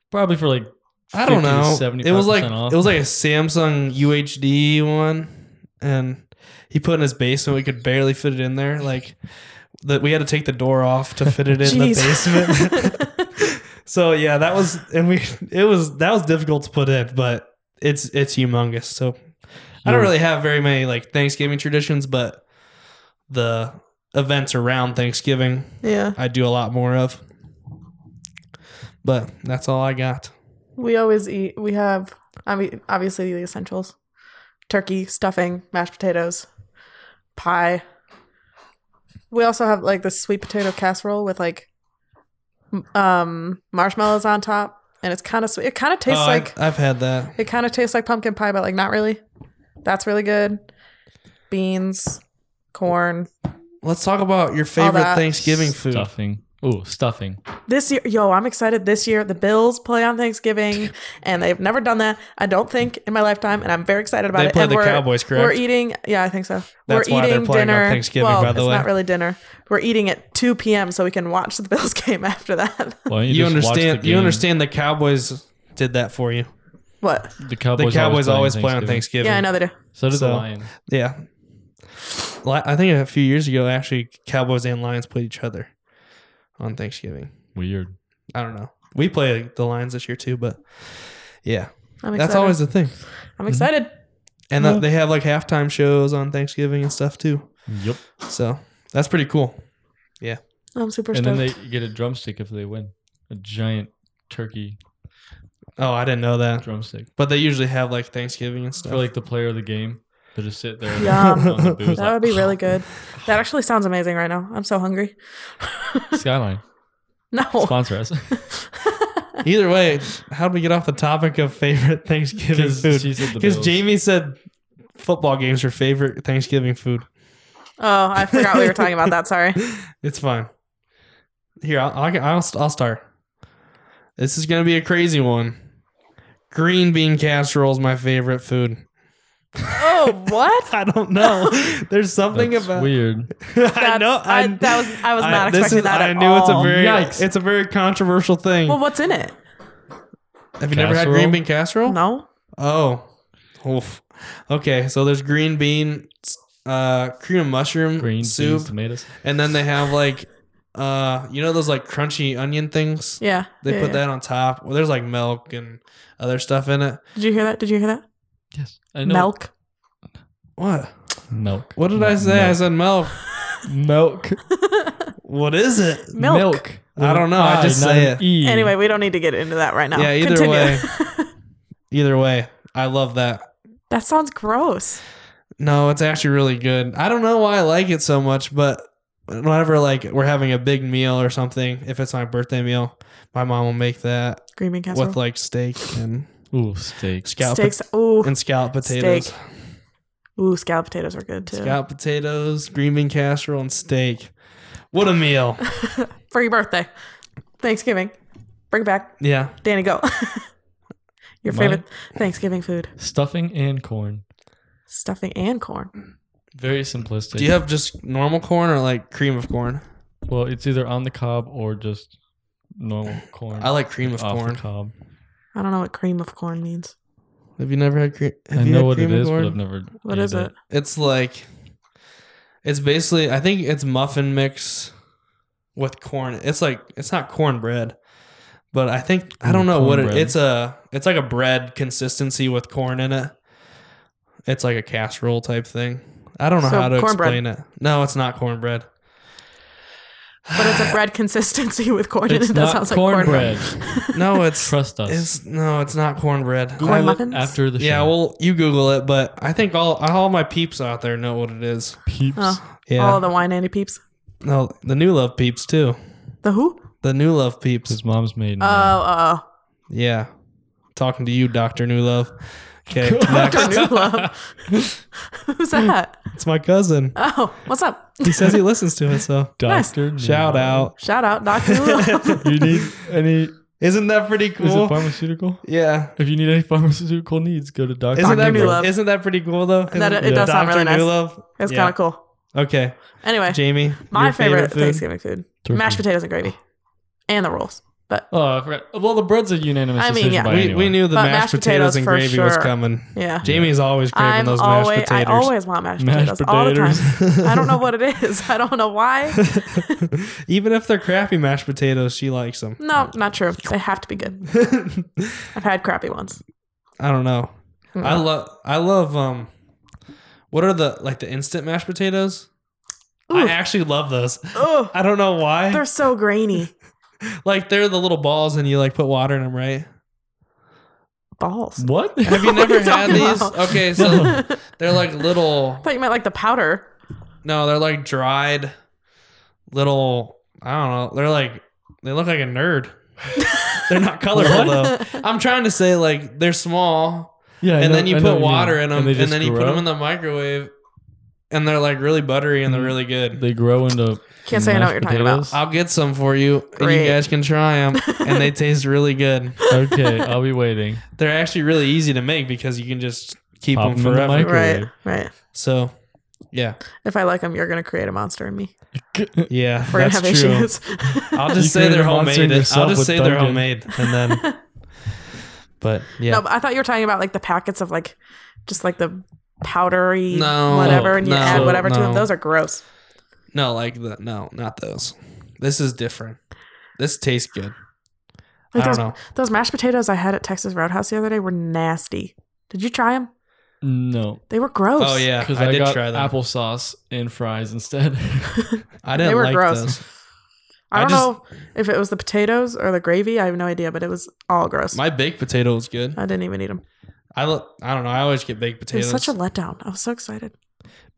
Speaker 1: probably for like
Speaker 2: I don't
Speaker 1: 50 to
Speaker 2: know. It was like
Speaker 1: 75% off.
Speaker 2: it was like a Samsung UHD one, and he put it in his basement. We could barely fit it in there. Like that, we had to take the door off to fit it in the basement. so yeah, that was and we it was that was difficult to put in, but it's it's humongous. So I
Speaker 1: Yeah.
Speaker 2: don't really have very many like Thanksgiving traditions, but the events around Thanksgiving
Speaker 3: yeah.
Speaker 2: I do a lot more of. But that's all I got.
Speaker 3: We always eat. We have I mean, obviously the essentials: turkey, stuffing, mashed potatoes, pie. We also have like the sweet potato casserole with like m- um marshmallows on top, and it's kind of sweet. It kind of tastes
Speaker 2: Oh, I've-
Speaker 3: like
Speaker 2: I've had that.
Speaker 3: it kind of tastes like pumpkin pie, but like not really. That's really good. Beans, corn.
Speaker 2: Let's talk about your favorite
Speaker 3: that
Speaker 2: Thanksgiving food.
Speaker 1: Stuffing. Ooh, stuffing.
Speaker 3: This year, yo, I'm excited. This year, the Bills play on Thanksgiving, and they've never done that. I don't think in my lifetime, and I'm very excited about
Speaker 2: They
Speaker 3: it.
Speaker 2: play
Speaker 3: And
Speaker 2: the
Speaker 3: we're-
Speaker 2: Cowboys, correct?
Speaker 3: We're eating. Yeah, I think so.
Speaker 2: That's
Speaker 3: we're
Speaker 2: why they're
Speaker 3: eating
Speaker 2: playing on
Speaker 3: dinner.
Speaker 2: Thanksgiving,
Speaker 3: Well,
Speaker 2: by the
Speaker 3: it's
Speaker 2: way.
Speaker 3: not really dinner. We're eating at 2 p.m. so we can watch the Bills game after that.
Speaker 1: Why don't
Speaker 2: You,
Speaker 1: just watch
Speaker 2: understand?
Speaker 1: the
Speaker 2: You
Speaker 1: game?
Speaker 2: understand the Cowboys did that for you.
Speaker 3: what?
Speaker 1: The
Speaker 2: The
Speaker 1: Cowboys,
Speaker 2: Cowboys always, play on Thanksgiving.
Speaker 3: Yeah, I know they do.
Speaker 1: So does the
Speaker 2: So-
Speaker 1: Lions.
Speaker 2: Yeah. Li- I think a few years ago, actually, Cowboys and Lions played each other on Thanksgiving.
Speaker 1: Weird.
Speaker 2: I don't know. We play the Lions this year too, but yeah,
Speaker 3: I'm excited.
Speaker 2: that's always Mm-hmm. the thing.
Speaker 3: I'm excited.
Speaker 2: And the- they have like halftime shows on Thanksgiving and stuff too.
Speaker 1: Yep.
Speaker 2: So that's pretty cool.
Speaker 3: I'm super
Speaker 1: And
Speaker 3: stoked.
Speaker 1: then they get a drumstick if they win. A giant turkey
Speaker 2: Oh, I didn't know that.
Speaker 1: drumstick
Speaker 2: But they usually have like Thanksgiving and stuff.
Speaker 1: for like the player of the game. They just sit there. and-
Speaker 3: Yum.
Speaker 1: on the booze,
Speaker 3: that
Speaker 1: like,
Speaker 3: would be really good. That actually sounds amazing right now. I'm so hungry.
Speaker 1: Skyline
Speaker 3: No.
Speaker 1: sponsor us.
Speaker 2: Either way, how do we get off the topic of favorite Thanksgiving food?
Speaker 1: she said the
Speaker 2: Because
Speaker 1: Bills.
Speaker 2: Jamie said football games are favorite Thanksgiving food.
Speaker 3: Oh, I forgot we were talking about that. Sorry.
Speaker 2: It's fine. Here, I'll, I'll, I'll, I'll start. This is going to be a crazy one. Green bean casserole is my favorite food.
Speaker 3: Oh, what?
Speaker 2: I don't know. There's something
Speaker 1: That's
Speaker 2: about.
Speaker 1: weird.
Speaker 2: I know.
Speaker 3: That's- I- that was I was not
Speaker 2: this
Speaker 3: expecting
Speaker 2: is-
Speaker 3: that
Speaker 2: I
Speaker 3: at
Speaker 2: knew it's a
Speaker 3: all.
Speaker 2: very
Speaker 1: Yikes.
Speaker 2: it's a very controversial thing.
Speaker 3: Well, what's in it?
Speaker 2: Have you never had
Speaker 1: Casserole?
Speaker 2: green bean casserole?
Speaker 3: No.
Speaker 2: Oh, Oof. okay. So there's green bean, uh, cream of mushroom
Speaker 1: Green
Speaker 2: soup,
Speaker 1: soup, tomatoes.
Speaker 2: and then they have like, uh, you know those like crunchy onion things.
Speaker 3: Yeah.
Speaker 2: They
Speaker 3: Yeah,
Speaker 2: put
Speaker 3: yeah.
Speaker 2: that on top. Well, there's like milk and other stuff in it.
Speaker 3: Did you hear that? Did you hear that?
Speaker 1: Yes. I know.
Speaker 3: Milk.
Speaker 2: What?
Speaker 1: Milk.
Speaker 2: What did
Speaker 1: Not
Speaker 2: I say? I
Speaker 1: milk.
Speaker 2: said milk.
Speaker 1: Milk.
Speaker 2: What is it?
Speaker 3: Milk.
Speaker 2: I don't know, I just
Speaker 1: not
Speaker 2: say
Speaker 1: an
Speaker 2: it.
Speaker 1: E.
Speaker 3: Anyway, we don't need to get into that right now.
Speaker 2: Yeah, either
Speaker 3: Continue.
Speaker 2: way. Either way, I love that.
Speaker 3: that sounds gross.
Speaker 2: No, it's actually really good. I don't know why I like it so much, but whenever like we're having a big meal or something, if it's my birthday meal, my mom will make that
Speaker 3: Green bean casserole.
Speaker 2: with like steak and
Speaker 1: Ooh, steaks.
Speaker 2: scallop
Speaker 3: Steaks. Ooh,
Speaker 2: and scallop potatoes.
Speaker 3: Steak ooh, scallop potatoes are good too.
Speaker 2: Scallop potatoes, green bean casserole, and steak. What a meal.
Speaker 3: For your birthday, Thanksgiving, bring it back
Speaker 2: Yeah.
Speaker 3: Danny. Go. your
Speaker 1: Mine?
Speaker 3: favorite Thanksgiving food:
Speaker 1: Stuffing and corn.
Speaker 3: stuffing and corn.
Speaker 1: Very simplistic.
Speaker 2: Do you have just normal corn or like cream of corn?
Speaker 1: well, it's either on the cob or just normal corn.
Speaker 2: I like cream of
Speaker 1: off
Speaker 2: corn.
Speaker 1: the cob.
Speaker 3: I don't know what cream of corn means.
Speaker 2: Have you never had cream? Have
Speaker 1: I
Speaker 2: you
Speaker 1: know
Speaker 2: had
Speaker 1: what it
Speaker 2: cream of
Speaker 1: is, but
Speaker 2: corn?
Speaker 1: I've never.
Speaker 3: What
Speaker 1: ate
Speaker 3: is it?
Speaker 2: It's like it's basically I think it's muffin mix with corn. It's like it's not cornbread, but I think I
Speaker 1: Mm,
Speaker 2: don't know what it,
Speaker 1: cornbread.
Speaker 2: it's a it's like a bread consistency with corn in it. It's like a casserole type thing. I don't know
Speaker 3: So
Speaker 2: how to
Speaker 3: cornbread.
Speaker 2: explain it. No, it's not cornbread.
Speaker 3: But it's a bread consistency with corn in it.
Speaker 1: It's
Speaker 3: That
Speaker 1: not
Speaker 3: sounds like corn
Speaker 1: cornbread.
Speaker 2: No, it's
Speaker 1: Trust us.
Speaker 2: it's no, it's not cornbread.
Speaker 1: Google
Speaker 3: Corn
Speaker 1: it
Speaker 3: muffins?
Speaker 1: after the show.
Speaker 2: Yeah, well, you Google it, but I think all all my peeps out there know what it is.
Speaker 1: peeps.
Speaker 3: Oh,
Speaker 2: Yeah.
Speaker 3: all the wine andy peeps.
Speaker 2: no, the new love peeps too.
Speaker 3: The who?
Speaker 2: The new love peeps.
Speaker 1: His mom's maiden.
Speaker 2: Uh,
Speaker 3: Oh,
Speaker 1: name.
Speaker 3: oh,
Speaker 2: Yeah. Talking to you, Dr. New Love. Okay.
Speaker 3: Dr. New Love. Who's that?
Speaker 2: It's my cousin.
Speaker 3: Oh, what's up?
Speaker 2: He says he listens to it, so
Speaker 1: Doctor.
Speaker 2: shout out.
Speaker 3: Shout out, Dr. New Love.
Speaker 1: You need any?
Speaker 2: Isn't that pretty
Speaker 1: Is it
Speaker 2: cool?
Speaker 1: pharmaceutical?
Speaker 2: Yeah.
Speaker 1: If you need any pharmaceutical needs, go to doctor.
Speaker 2: Isn't that,
Speaker 3: New Love.
Speaker 2: isn't that pretty cool though? Isn't
Speaker 3: That- it does sound really nice.
Speaker 2: New Love.
Speaker 3: It's
Speaker 2: Yeah.
Speaker 3: kind of cool.
Speaker 2: Okay,
Speaker 3: Anyway,
Speaker 2: Jamie.
Speaker 3: my
Speaker 2: your
Speaker 3: favorite,
Speaker 2: food?
Speaker 3: Thanksgiving food mashed potatoes and gravy and the rolls. But
Speaker 1: Oh, I forgot. Well, the bread's a unanimous
Speaker 3: I mean,
Speaker 1: decision
Speaker 3: yeah.
Speaker 1: by
Speaker 2: We,
Speaker 1: anyone.
Speaker 2: we knew the
Speaker 3: But
Speaker 2: mashed,
Speaker 3: mashed
Speaker 2: potatoes,
Speaker 3: potatoes
Speaker 2: and
Speaker 3: for
Speaker 2: gravy was
Speaker 3: sure.
Speaker 2: coming.
Speaker 3: yeah,
Speaker 2: Jamie's always craving
Speaker 3: I'm
Speaker 2: those mashed
Speaker 3: always, I
Speaker 2: potatoes.
Speaker 3: always want mashed potatoes,
Speaker 1: Mashed
Speaker 3: all the time.
Speaker 1: potatoes.
Speaker 3: I don't know what it is. I don't know why.
Speaker 2: Even if they're crappy mashed potatoes, she likes them.
Speaker 3: No, not true. They have to be good. I've had crappy ones.
Speaker 2: I don't know.
Speaker 3: Mm.
Speaker 2: I love I love um what are the like the instant mashed potatoes? I
Speaker 3: Ooh.
Speaker 2: actually love those.
Speaker 3: Oh,
Speaker 2: I don't know why.
Speaker 3: they're so grainy.
Speaker 2: like they're the little balls and you like put water in them, right?
Speaker 3: Balls.
Speaker 1: What?
Speaker 2: Have you
Speaker 3: What are
Speaker 2: never
Speaker 3: you
Speaker 2: had
Speaker 3: talking
Speaker 2: these?
Speaker 3: about?
Speaker 2: Okay, so they're like little
Speaker 3: thought you meant like the powder.
Speaker 2: No, they're like dried little I don't know. They're like they look like a nerd. they're not colorful though. I'm trying to say like they're small
Speaker 1: Yeah. I
Speaker 2: and
Speaker 1: know-
Speaker 2: then you
Speaker 1: I know
Speaker 2: put
Speaker 1: what
Speaker 2: water
Speaker 1: mean.
Speaker 2: in them,
Speaker 1: they
Speaker 2: and,
Speaker 1: just
Speaker 2: then you put
Speaker 1: grow-
Speaker 2: them in the microwave, and they're like really buttery and they're
Speaker 1: Mm.
Speaker 2: really good.
Speaker 1: They grow into.
Speaker 3: Can't say I know
Speaker 1: mashed
Speaker 3: what you're talking about.
Speaker 1: potatoes.
Speaker 2: I'll get some for you, and
Speaker 3: Great.
Speaker 2: you guys can try them, and they taste really good.
Speaker 1: okay, I'll be waiting.
Speaker 2: They're actually really easy to make because you can just keep
Speaker 1: Pop 'em
Speaker 2: them
Speaker 1: in the
Speaker 2: forever.
Speaker 1: mic-
Speaker 3: Right,
Speaker 1: Microwave.
Speaker 3: right.
Speaker 2: so, yeah,
Speaker 3: If I like them, you're gonna create a monster in me.
Speaker 2: yeah,
Speaker 3: We're gonna
Speaker 2: that's
Speaker 3: have
Speaker 2: true.
Speaker 3: issues.
Speaker 2: I'll
Speaker 1: You
Speaker 2: just say
Speaker 1: created
Speaker 2: they're
Speaker 1: a monster in
Speaker 2: homemade. I'll
Speaker 1: yourself
Speaker 2: just
Speaker 1: with
Speaker 2: say they're
Speaker 1: Duncan.
Speaker 2: homemade, and then, but yeah,
Speaker 3: No, but I thought you were talking about like the packets of like just like the powdery
Speaker 2: No,
Speaker 3: whatever, and you
Speaker 2: no,
Speaker 3: add whatever to
Speaker 2: no.
Speaker 3: them. Those are gross.
Speaker 2: no, like the no, not those. This is different. This tastes good.
Speaker 3: Like
Speaker 2: I
Speaker 3: those,
Speaker 2: don't know.
Speaker 3: those mashed potatoes I had at Texas Roadhouse the other day were nasty. Did you try them?
Speaker 1: No,
Speaker 3: They were gross.
Speaker 2: Oh yeah,
Speaker 1: because
Speaker 2: I,
Speaker 1: I,
Speaker 2: did
Speaker 1: got
Speaker 2: try them.
Speaker 1: applesauce and fries instead.
Speaker 2: I didn't
Speaker 3: They were
Speaker 2: like
Speaker 3: gross.
Speaker 2: those.
Speaker 3: I
Speaker 2: I
Speaker 3: don't
Speaker 2: just-
Speaker 3: know if it was the potatoes or the gravy. I have no idea, but it was all gross.
Speaker 2: My baked potato was good.
Speaker 3: I didn't even eat them.
Speaker 2: I lo- I don't know. I always get baked
Speaker 3: It
Speaker 2: potatoes.
Speaker 3: was such a letdown. I was so excited.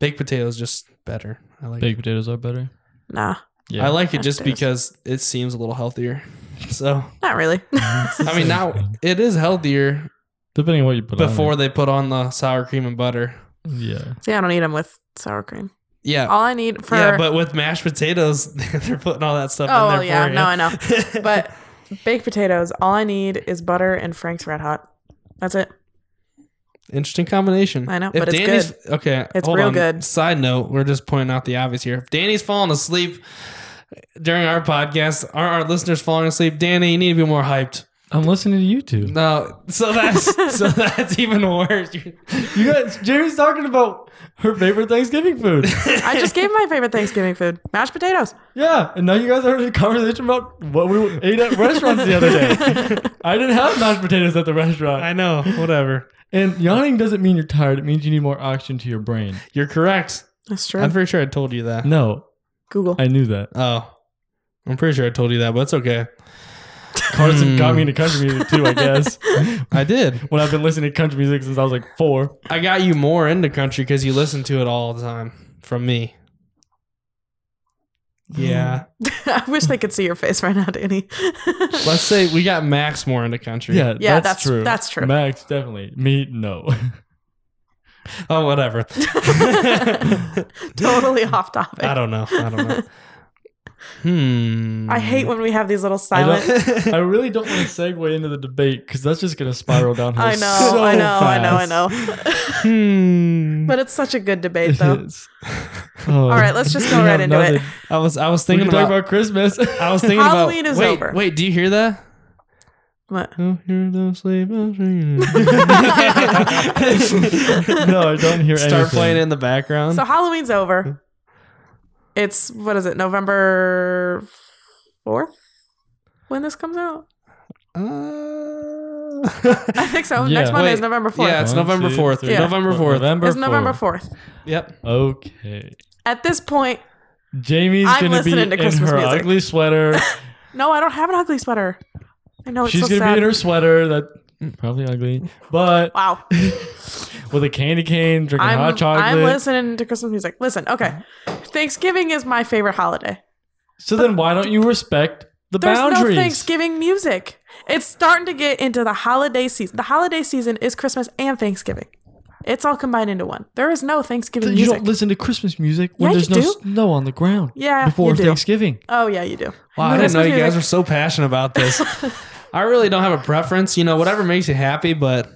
Speaker 2: baked potatoes just better. I like.
Speaker 1: Baked potatoes are better.
Speaker 3: Nah,
Speaker 1: Yeah,
Speaker 2: I like it
Speaker 3: Mashed
Speaker 2: just
Speaker 3: potatoes.
Speaker 2: because it seems a little healthier. So
Speaker 3: not really.
Speaker 2: I mean, now it is healthier
Speaker 1: depending on what you put
Speaker 2: before
Speaker 1: on
Speaker 2: they put on the sour cream and butter.
Speaker 1: it. Yeah,
Speaker 3: See, I don't eat them with sour cream.
Speaker 2: Yeah,
Speaker 3: All I need for
Speaker 2: yeah, but with mashed potatoes, they're putting all that stuff
Speaker 3: oh
Speaker 2: in
Speaker 3: well,
Speaker 2: there
Speaker 3: yeah,
Speaker 2: for
Speaker 3: no, I know.
Speaker 2: you.
Speaker 3: But baked potatoes, all I need is butter and Frank's Red Hot. That's it.
Speaker 2: interesting combination.
Speaker 3: I know, but it's
Speaker 2: good. Okay,
Speaker 3: It's
Speaker 2: hold
Speaker 3: real
Speaker 2: on.
Speaker 3: good.
Speaker 2: Side note: We're just pointing out the obvious here. If Danny's falling asleep during our podcast, are our listeners falling asleep? Danny, you need to be more hyped.
Speaker 1: I'm listening to you two.
Speaker 2: No, so that's so that's even worse. You-
Speaker 1: You guys, Jerry's talking about her favorite Thanksgiving food.
Speaker 3: I just gave my favorite Thanksgiving food: mashed potatoes.
Speaker 1: yeah, and now you guys are having a conversation about what we ate at restaurants the other day. I didn't have mashed potatoes at the restaurant.
Speaker 2: I know. Whatever.
Speaker 1: and yawning doesn't mean you're tired. It means you need more oxygen to your brain.
Speaker 2: You're correct.
Speaker 3: That's true.
Speaker 2: I'm pretty sure I told you that.
Speaker 1: No,
Speaker 3: Google.
Speaker 1: I knew that.
Speaker 2: Oh, I'm pretty sure I told you that, but it's okay.
Speaker 1: Carson
Speaker 2: Hmm.
Speaker 1: got me into country music too, I guess.
Speaker 2: I did.
Speaker 1: when I've been listening to country music since I was like four.
Speaker 2: I got you more into country because you listen to it all the time from me. Yeah.
Speaker 3: I wish they could see your face right now, Danny.
Speaker 2: Let's say we got Max more into country.
Speaker 1: Yeah,
Speaker 3: Yeah,
Speaker 1: that's,
Speaker 3: that's-
Speaker 1: true.
Speaker 3: that's true.
Speaker 1: Max, definitely. Me, no.
Speaker 2: Oh, whatever.
Speaker 3: totally off topic.
Speaker 2: I don't know. I don't know. Hmm.
Speaker 3: I hate when we have these little
Speaker 1: I,
Speaker 3: silent.
Speaker 1: don't- I really don't want to segue into the debate because that's just going to spiral downhill.
Speaker 3: I know,
Speaker 1: so
Speaker 3: I know, I know, I
Speaker 1: fast.
Speaker 3: know.
Speaker 2: Hmm.
Speaker 3: But it's such a good debate,
Speaker 1: It
Speaker 3: though.
Speaker 1: is. Oh.
Speaker 3: All right, let's just go
Speaker 1: We
Speaker 3: right
Speaker 1: have
Speaker 3: into
Speaker 1: nothing.
Speaker 3: it.
Speaker 2: I was I was
Speaker 1: We
Speaker 2: thinking
Speaker 1: can talk
Speaker 2: about,
Speaker 1: about Christmas.
Speaker 2: I was thinking
Speaker 3: Halloween
Speaker 2: about
Speaker 3: is
Speaker 2: wait,
Speaker 3: over.
Speaker 2: Wait, do you hear that?
Speaker 3: What?
Speaker 2: Oh, hear the sleigh bells ringing.
Speaker 1: no, I don't hear
Speaker 2: Start
Speaker 1: anything.
Speaker 2: playing in the
Speaker 1: Um,
Speaker 2: background.
Speaker 3: So Halloween's over. It's what is it? November fourth when this comes out.
Speaker 1: Uh,
Speaker 3: I
Speaker 2: Uh,
Speaker 3: think so.
Speaker 1: Yeah.
Speaker 3: Next Monday is
Speaker 2: Wait.
Speaker 3: November fourth.
Speaker 2: Yeah, it's
Speaker 1: One,
Speaker 2: November
Speaker 1: two,
Speaker 2: 4th.
Speaker 1: three,
Speaker 2: November
Speaker 1: four.
Speaker 2: 4th.
Speaker 1: November
Speaker 3: it's November
Speaker 1: 4th.
Speaker 3: fourth.
Speaker 2: yep.
Speaker 1: Okay.
Speaker 3: At this point,
Speaker 1: Jamie's
Speaker 3: I'm
Speaker 1: going to be
Speaker 3: listening
Speaker 1: in
Speaker 3: to Christmas
Speaker 1: her
Speaker 3: music.
Speaker 1: ugly sweater.
Speaker 3: no, I don't have an ugly sweater. I know it's
Speaker 1: She's
Speaker 3: so
Speaker 1: going to
Speaker 3: sad.
Speaker 1: be in her sweater that mm, probably ugly, but
Speaker 3: wow.
Speaker 1: with a candy cane, drinking
Speaker 3: I'm,
Speaker 1: hot chocolate.
Speaker 3: I'm listening to Christmas music. Listen, okay. Thanksgiving is my favorite holiday.
Speaker 1: so then why don't you respect the
Speaker 3: There's
Speaker 1: boundaries?
Speaker 3: no Thanksgiving music. It's starting to get into the holiday season. The holiday season is Christmas and Thanksgiving. It's all combined into one. There is no Thanksgiving
Speaker 1: you
Speaker 3: music.
Speaker 1: don't listen to Christmas music when
Speaker 3: Yeah,
Speaker 1: there's
Speaker 3: you
Speaker 1: no
Speaker 3: do.
Speaker 1: snow on the ground
Speaker 3: Yeah,
Speaker 1: before
Speaker 3: you do.
Speaker 1: Thanksgiving.
Speaker 3: oh yeah, you do.
Speaker 2: Wow, I didn't
Speaker 3: Christmas
Speaker 2: know you guys
Speaker 3: music.
Speaker 2: were so passionate about this. I really don't have a preference. You know, whatever makes you happy, but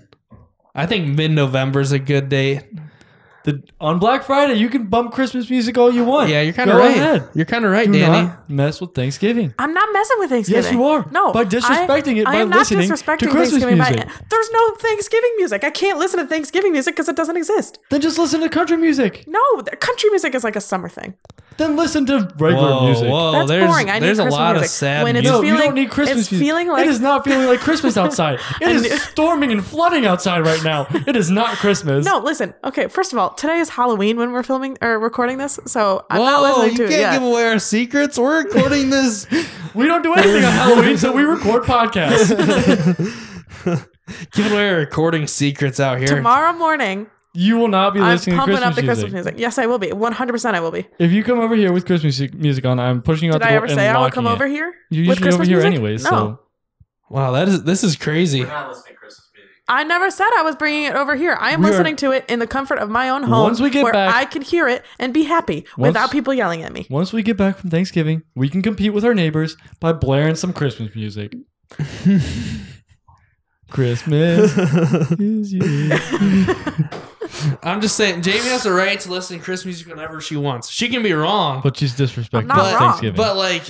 Speaker 2: I think mid November is a good date.
Speaker 1: The, on Black Friday, you can bump Christmas music all you want.
Speaker 2: Yeah, you're kind of
Speaker 1: Go
Speaker 2: right.
Speaker 1: Ahead.
Speaker 2: You're kind of right,
Speaker 1: Do
Speaker 2: Danny.
Speaker 1: not mess with Thanksgiving.
Speaker 3: I'm not messing with Thanksgiving.
Speaker 1: Yes, you are.
Speaker 3: No,
Speaker 1: By
Speaker 3: I-
Speaker 1: disrespecting it
Speaker 3: I
Speaker 1: by
Speaker 3: am not
Speaker 1: listening to
Speaker 3: disrespecting
Speaker 1: Christmas
Speaker 3: Thanksgiving by-
Speaker 1: music.
Speaker 3: there's no Thanksgiving music. I can't listen to Thanksgiving music because it doesn't exist.
Speaker 1: Then just listen to country music.
Speaker 3: No, the- country music is like a summer thing.
Speaker 1: Then listen to regular
Speaker 2: whoa,
Speaker 1: music.
Speaker 2: whoa!
Speaker 3: That's
Speaker 2: there's
Speaker 3: boring. I need
Speaker 2: there's a
Speaker 3: Christmas
Speaker 2: lot of
Speaker 3: music.
Speaker 2: sad
Speaker 3: When it's
Speaker 2: music.
Speaker 1: No, you
Speaker 3: feeling-
Speaker 1: don't need Christmas
Speaker 3: it's
Speaker 1: music.
Speaker 3: feeling like-
Speaker 1: it is not feeling like Christmas outside. It
Speaker 3: I
Speaker 1: is
Speaker 3: knew-
Speaker 1: storming and flooding outside right now. It is not Christmas.
Speaker 3: No, listen. Okay, first of all, today is Halloween when we're filming or recording this, so I'm
Speaker 2: Whoa!
Speaker 3: not listening
Speaker 2: you
Speaker 3: to
Speaker 2: can't
Speaker 3: it. Yeah.
Speaker 2: give away our secrets. We're recording this.
Speaker 1: We don't do anything on Halloween, so we record podcasts.
Speaker 2: giving away our recording secrets out here.
Speaker 3: Tomorrow morning,
Speaker 1: You will not be
Speaker 3: I'm
Speaker 1: listening to
Speaker 3: pumping
Speaker 1: Christmas,
Speaker 3: up the Christmas
Speaker 1: music.
Speaker 3: music. Yes, I will be. 100% I will be.
Speaker 1: If you come over here with Christmas music- music on, I'm pushing you out
Speaker 3: Did
Speaker 1: the
Speaker 3: I
Speaker 1: door
Speaker 3: ever
Speaker 1: and
Speaker 3: say I will
Speaker 1: locking
Speaker 3: come
Speaker 1: it.
Speaker 3: over here?
Speaker 1: You're usually
Speaker 3: with
Speaker 1: over
Speaker 3: Christmas
Speaker 1: here
Speaker 3: music?
Speaker 1: anyways,
Speaker 3: No.
Speaker 1: so
Speaker 2: Wow, that is this is crazy.
Speaker 3: I never said I was bringing it over here. I am
Speaker 1: We are-
Speaker 3: listening to it in the comfort of my own home
Speaker 1: Once we get
Speaker 3: where
Speaker 1: back-
Speaker 3: I can hear it and be happy
Speaker 1: Once-
Speaker 3: without people yelling at me.
Speaker 1: once we get back from Thanksgiving, we can compete with our neighbors by blaring some Christmas music. Christmas is you.
Speaker 2: I'm just saying, Jamie has the right to listen to Christmas music whenever she wants. She can be wrong,
Speaker 1: But she's disrespecting
Speaker 3: not
Speaker 1: but,
Speaker 3: wrong,
Speaker 1: Thanksgiving.
Speaker 2: But like,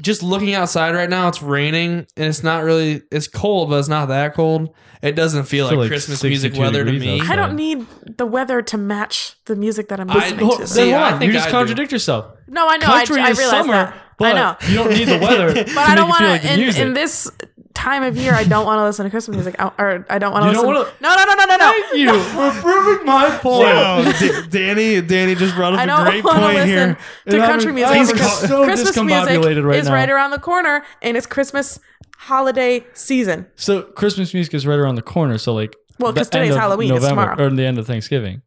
Speaker 2: just looking outside right now, it's raining and it's not really. It's cold, but it's not that cold. It doesn't feel
Speaker 1: It's still
Speaker 2: like
Speaker 1: like
Speaker 2: Christmas
Speaker 1: 62
Speaker 2: music weather to
Speaker 1: degrees
Speaker 2: me.
Speaker 1: outside.
Speaker 3: I don't need the weather to match the music that I'm
Speaker 2: I-
Speaker 3: listening
Speaker 1: Hold-
Speaker 3: to.
Speaker 1: then
Speaker 2: See,
Speaker 1: hold
Speaker 2: I
Speaker 1: on,
Speaker 2: think
Speaker 1: you just
Speaker 2: I do.
Speaker 1: contradict yourself.
Speaker 3: no, I know. I,
Speaker 1: Country
Speaker 3: I
Speaker 1: is
Speaker 3: realize
Speaker 1: summer,
Speaker 3: that.
Speaker 1: but
Speaker 3: I know.
Speaker 1: you don't need the weather.
Speaker 3: But I don't
Speaker 1: want
Speaker 3: want
Speaker 1: like
Speaker 3: to.
Speaker 1: the
Speaker 3: in,
Speaker 1: music.
Speaker 3: in this time of year, I don't want to listen to Christmas music. I- or I don't want to
Speaker 1: You
Speaker 3: listen.
Speaker 1: don't
Speaker 3: no, no, no, no, no, no.
Speaker 1: Thank you for proving my point.
Speaker 2: Wow, D- Danny, Danny just brought up
Speaker 3: I
Speaker 2: a
Speaker 3: don't
Speaker 2: great
Speaker 3: want to
Speaker 2: point
Speaker 3: listen
Speaker 2: here.
Speaker 3: to
Speaker 1: And I'm-
Speaker 3: country music.
Speaker 1: I'm
Speaker 3: because
Speaker 1: just so
Speaker 3: Christmas music
Speaker 1: discombobulated right
Speaker 3: is
Speaker 1: now.
Speaker 3: right around the corner, and it's Christmas holiday season.
Speaker 1: So Christmas music is right around the corner. So like,
Speaker 3: Well,
Speaker 1: the
Speaker 3: 'cause today's
Speaker 1: end of
Speaker 3: Halloween, it's
Speaker 1: November
Speaker 3: tomorrow.
Speaker 1: or the end of Thanksgiving.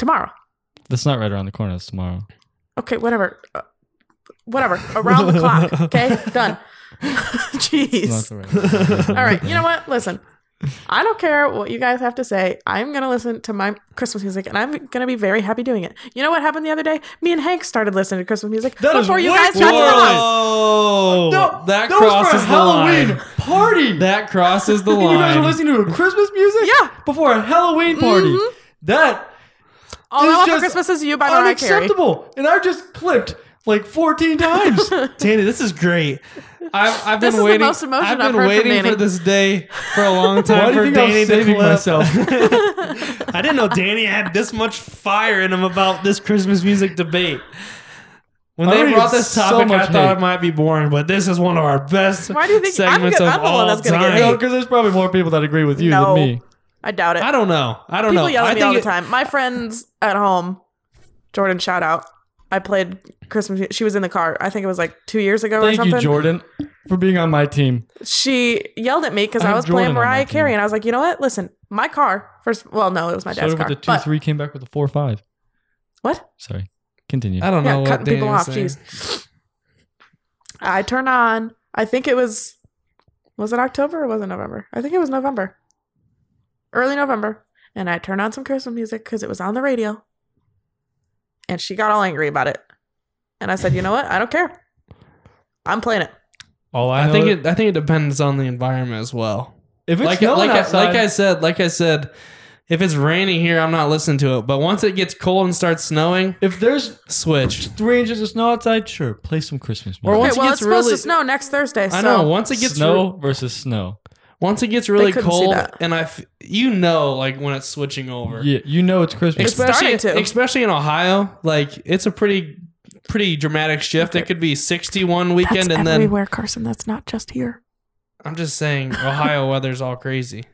Speaker 3: Tomorrow.
Speaker 1: That's not right around the corner. That's tomorrow.
Speaker 3: Okay, whatever. Uh, whatever. Around the clock. Okay, done.
Speaker 1: Not
Speaker 3: Jeez.
Speaker 1: the right.
Speaker 3: All right. You know what? Listen, I don't care what you guys have to say. I'm gonna listen to my Christmas music, and I'm gonna be very happy doing it. You know what happened the other day? Me and Hank started listening to Christmas music
Speaker 1: That is
Speaker 3: before you
Speaker 1: way
Speaker 3: guys
Speaker 1: too
Speaker 3: got to the house.
Speaker 1: early.
Speaker 2: Whoa,
Speaker 1: No,
Speaker 2: that
Speaker 1: those
Speaker 2: crosses
Speaker 1: were a
Speaker 2: the
Speaker 1: Halloween
Speaker 2: line.
Speaker 1: party.
Speaker 2: That crosses the
Speaker 1: you
Speaker 2: line.
Speaker 1: guys were listening to Christmas music.
Speaker 3: Yeah. Mm-hmm.
Speaker 1: Before a Halloween party. That
Speaker 3: All I
Speaker 1: It's
Speaker 3: want for
Speaker 1: just
Speaker 3: Christmas is you by Mariah Carey.
Speaker 1: unacceptable. And I just clipped like 14 times.
Speaker 2: Danny, this is great. I've, I've been
Speaker 3: This is the
Speaker 2: waiting.
Speaker 3: most emotion
Speaker 2: I've
Speaker 3: I've
Speaker 2: been
Speaker 3: heard from
Speaker 2: waiting
Speaker 3: Danny.
Speaker 2: for this day for a long time.
Speaker 1: Why do
Speaker 2: for
Speaker 1: you think I
Speaker 2: Danny
Speaker 1: was
Speaker 2: to
Speaker 1: saving
Speaker 2: clip.
Speaker 1: myself?
Speaker 2: I didn't know Danny had this much fire in him about this Christmas music debate. When
Speaker 1: I
Speaker 2: they
Speaker 1: already
Speaker 2: brought this
Speaker 1: so
Speaker 2: topic, I
Speaker 1: much
Speaker 2: thought
Speaker 1: hate.
Speaker 2: it might be boring, but this is one of our best
Speaker 3: Why do you think- I'm
Speaker 2: segments
Speaker 3: gonna-
Speaker 2: of
Speaker 3: I'm the one
Speaker 2: all
Speaker 3: that's gonna get
Speaker 2: time.
Speaker 3: hate.
Speaker 1: no, because there's probably more people that agree with you than
Speaker 3: No.
Speaker 1: me.
Speaker 3: I doubt it.
Speaker 2: I don't know. I don't
Speaker 3: People
Speaker 2: know.
Speaker 3: yell
Speaker 2: I
Speaker 3: at me all the
Speaker 2: think it-
Speaker 3: time. My friends at home, Jordan, shout out. I played Christmas. She was in the car. I think it was like two years ago or
Speaker 1: Thank
Speaker 3: something.
Speaker 1: you, Jordan, for being on my team.
Speaker 3: She yelled at me because
Speaker 1: I
Speaker 3: I,
Speaker 1: have
Speaker 3: was
Speaker 1: Jordan
Speaker 3: playing
Speaker 1: on my
Speaker 3: Mariah Carey,
Speaker 1: team.
Speaker 3: and I was like, you know what? Listen, my car. First, well, no, it was my dad's
Speaker 1: Started
Speaker 3: car.
Speaker 1: with the two
Speaker 3: but
Speaker 1: three, came back with the four five.
Speaker 3: What?
Speaker 1: Sorry. Continue.
Speaker 2: I don't
Speaker 3: yeah,
Speaker 2: know what
Speaker 3: cutting people
Speaker 2: Danny's
Speaker 3: off.
Speaker 2: saying.
Speaker 3: Jeez. I turn on. I think it was. Was it October or was it November? I think it was November. Early November, and I turned on some Christmas music because it was on the radio. And she got all angry about it, and I said, "You know what? I don't care. I'm playing it."
Speaker 1: All I,
Speaker 2: I
Speaker 1: know
Speaker 2: think
Speaker 1: is-
Speaker 2: it. I think it depends on the environment as well.
Speaker 1: If it's
Speaker 2: Like
Speaker 1: snowing
Speaker 2: like I,
Speaker 1: outside,
Speaker 2: like I said, like I said, if it's raining here, I'm not listening to it. But once it gets cold and starts snowing,
Speaker 1: if there's
Speaker 2: switch.
Speaker 1: three inches of snow outside, sure, play some Christmas
Speaker 2: Or
Speaker 1: music.
Speaker 2: once
Speaker 3: Okay,
Speaker 2: it
Speaker 3: well,
Speaker 2: gets
Speaker 3: it's supposed
Speaker 2: really-
Speaker 3: to snow next Thursday. So
Speaker 2: I know. Once it gets re-
Speaker 1: snow versus snow.
Speaker 2: once it gets really
Speaker 3: couldn't see
Speaker 2: cold,
Speaker 3: that.
Speaker 2: and I, f- you know, like when it's switching over.
Speaker 1: Yeah, you know it's Christmas.
Speaker 3: It's
Speaker 2: especially
Speaker 3: starting to.
Speaker 2: especially in Ohio, like it's a pretty pretty dramatic shift. It could be 61 weekend,
Speaker 3: that's
Speaker 2: and then
Speaker 3: everywhere, Carson. That's not just here.
Speaker 2: I'm just saying Ohio weather's all crazy.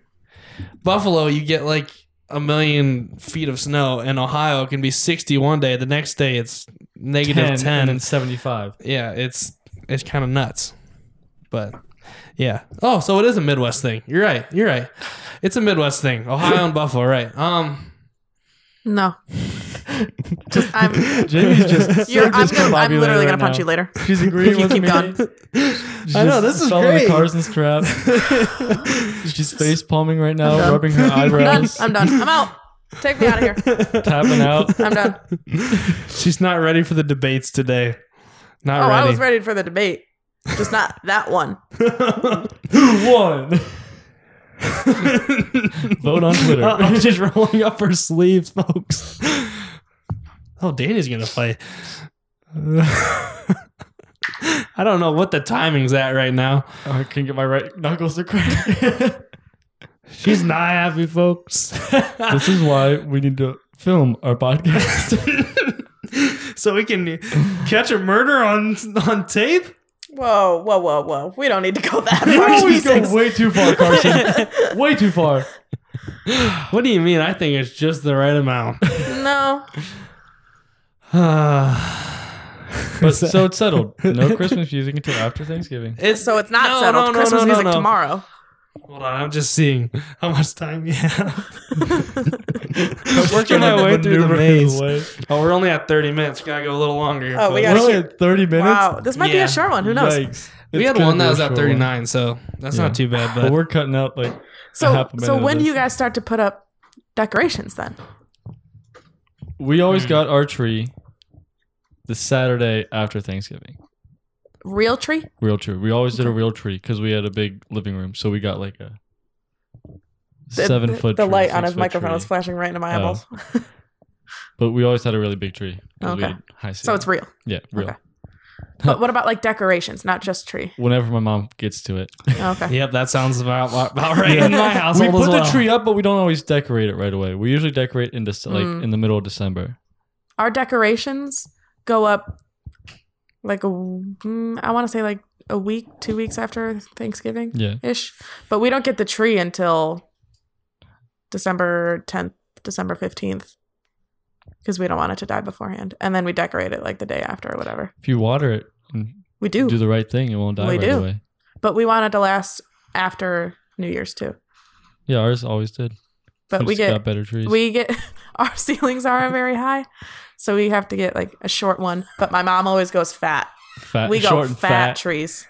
Speaker 2: Buffalo, you get like a million feet of snow, and Ohio it can be 60 one day. The next day, it's negative 10.
Speaker 1: and then 75.
Speaker 2: yeah, it's it's kind of nuts, but yeah. Oh, so it is a Midwest thing. You're right. You're right. It's a Midwest thing. Ohio and Buffalo, right? Um,
Speaker 3: No, just I'm.
Speaker 1: Jamie's just
Speaker 3: You're, I'm, gonna, I'm
Speaker 1: discombobulated
Speaker 3: literally
Speaker 1: right
Speaker 3: gonna punch
Speaker 1: now.
Speaker 3: you later.
Speaker 1: She's agreeing
Speaker 3: You
Speaker 1: with
Speaker 3: keep
Speaker 1: me.
Speaker 3: going.
Speaker 2: I know,
Speaker 1: Just
Speaker 2: this is
Speaker 1: fell in
Speaker 2: great.
Speaker 1: Carson's trap. She's face palming right
Speaker 3: I'm
Speaker 1: now,
Speaker 3: done.
Speaker 1: rubbing her
Speaker 3: I'm done.
Speaker 1: eyebrows,
Speaker 3: I'm done. I'm out. Take me out of here.
Speaker 1: tapping out.
Speaker 3: I'm done.
Speaker 2: She's not ready for the debates today. Not
Speaker 3: Oh,
Speaker 2: ready.
Speaker 3: I was ready for the debate. Just not that one.
Speaker 1: Who won? Vote on Twitter.
Speaker 2: Uh-oh, she's rolling up her sleeves, folks. Oh, Danny's gonna fight. I don't know what the timing's at right now.
Speaker 1: Oh, I can't get my right knuckles to crack.
Speaker 2: She's not happy, folks.
Speaker 1: this is why we need to film our podcast.
Speaker 2: so we can catch a murder on on tape.
Speaker 3: Whoa, whoa, whoa, whoa. We don't need to go that
Speaker 1: You
Speaker 3: far.
Speaker 1: always
Speaker 3: Jesus.
Speaker 1: go way too far, Carson. way too far.
Speaker 2: What do you mean? I think it's just the right amount.
Speaker 3: no.
Speaker 1: But so it's settled. No Christmas music until after Thanksgiving.
Speaker 2: it's
Speaker 3: So it's not
Speaker 2: No,
Speaker 3: settled.
Speaker 2: no, no,
Speaker 3: Christmas
Speaker 2: no, no,
Speaker 3: music
Speaker 2: no.
Speaker 3: tomorrow.
Speaker 2: Hold on, I'm just seeing how much time we have. I'm working
Speaker 1: Trying
Speaker 2: my
Speaker 1: to
Speaker 2: way through the
Speaker 1: maneuver his
Speaker 2: maze.
Speaker 1: way.
Speaker 2: Oh, we're only at 30 minutes. Gotta go a little longer. here,
Speaker 3: Oh, we
Speaker 2: folks.
Speaker 1: We're only
Speaker 3: gotta shoot.
Speaker 1: at 30 minutes.
Speaker 3: Wow. This might be
Speaker 2: Yeah.
Speaker 3: a short one. Who knows?
Speaker 1: Yikes.
Speaker 2: We
Speaker 1: It's
Speaker 2: had
Speaker 1: gonna
Speaker 2: one
Speaker 1: be
Speaker 2: that
Speaker 1: a
Speaker 2: was at
Speaker 1: short
Speaker 2: 39, so that's
Speaker 1: Yeah.
Speaker 2: not too bad.
Speaker 1: One. But
Speaker 2: But
Speaker 1: we're cutting out like a
Speaker 3: So
Speaker 1: half a
Speaker 3: so
Speaker 1: minute of
Speaker 3: when do
Speaker 1: this.
Speaker 3: you guys start to put up decorations then?
Speaker 1: We always
Speaker 2: Hmm.
Speaker 1: got our tree the Saturday after Thanksgiving.
Speaker 3: Real tree?
Speaker 1: Real tree. We always did a real tree because we had a big living room, so we got like a
Speaker 3: The-
Speaker 1: seven
Speaker 3: the-
Speaker 1: foot.
Speaker 3: The
Speaker 1: tree,
Speaker 3: light on
Speaker 1: six
Speaker 3: his
Speaker 1: foot
Speaker 3: microphone
Speaker 1: tree.
Speaker 3: is flashing right into my
Speaker 1: Oh.
Speaker 3: eyeballs.
Speaker 1: But we always had a really big tree. 'cause we
Speaker 3: Okay.
Speaker 1: had high
Speaker 3: so it's
Speaker 1: ceiling.
Speaker 3: real.
Speaker 1: yeah, real.
Speaker 3: okay. But what about like decorations, not just tree?
Speaker 1: Whenever my mom gets to it,
Speaker 3: Okay.
Speaker 2: yep, that sounds about, about right in my
Speaker 1: we
Speaker 2: household
Speaker 1: put
Speaker 2: as well.
Speaker 1: the tree up, but we don't always decorate it right away. We usually decorate in Dece-
Speaker 3: Mm.
Speaker 1: like in the middle of December.
Speaker 3: our decorations go up like a, mm, I want to say like a week, two weeks after Thanksgiving
Speaker 1: Yeah,
Speaker 3: ish, but we don't get the tree until December 10th, December 15th, because we don't want it to die beforehand, and then we decorate it like the day after or whatever.
Speaker 1: if you water it and
Speaker 3: We do,
Speaker 1: do the right thing, it won't die
Speaker 3: We
Speaker 1: right
Speaker 3: do.
Speaker 1: away.
Speaker 3: but we want it to last after New Year's too.
Speaker 1: Yeah, ours always did.
Speaker 3: But we
Speaker 1: just
Speaker 3: get
Speaker 1: got better trees.
Speaker 3: we get our ceilings aren't very high, so we have to get like a short one. But my mom always goes fat.
Speaker 1: fat,
Speaker 3: We go
Speaker 1: Uh, short
Speaker 3: fat,
Speaker 1: and fat.
Speaker 3: trees.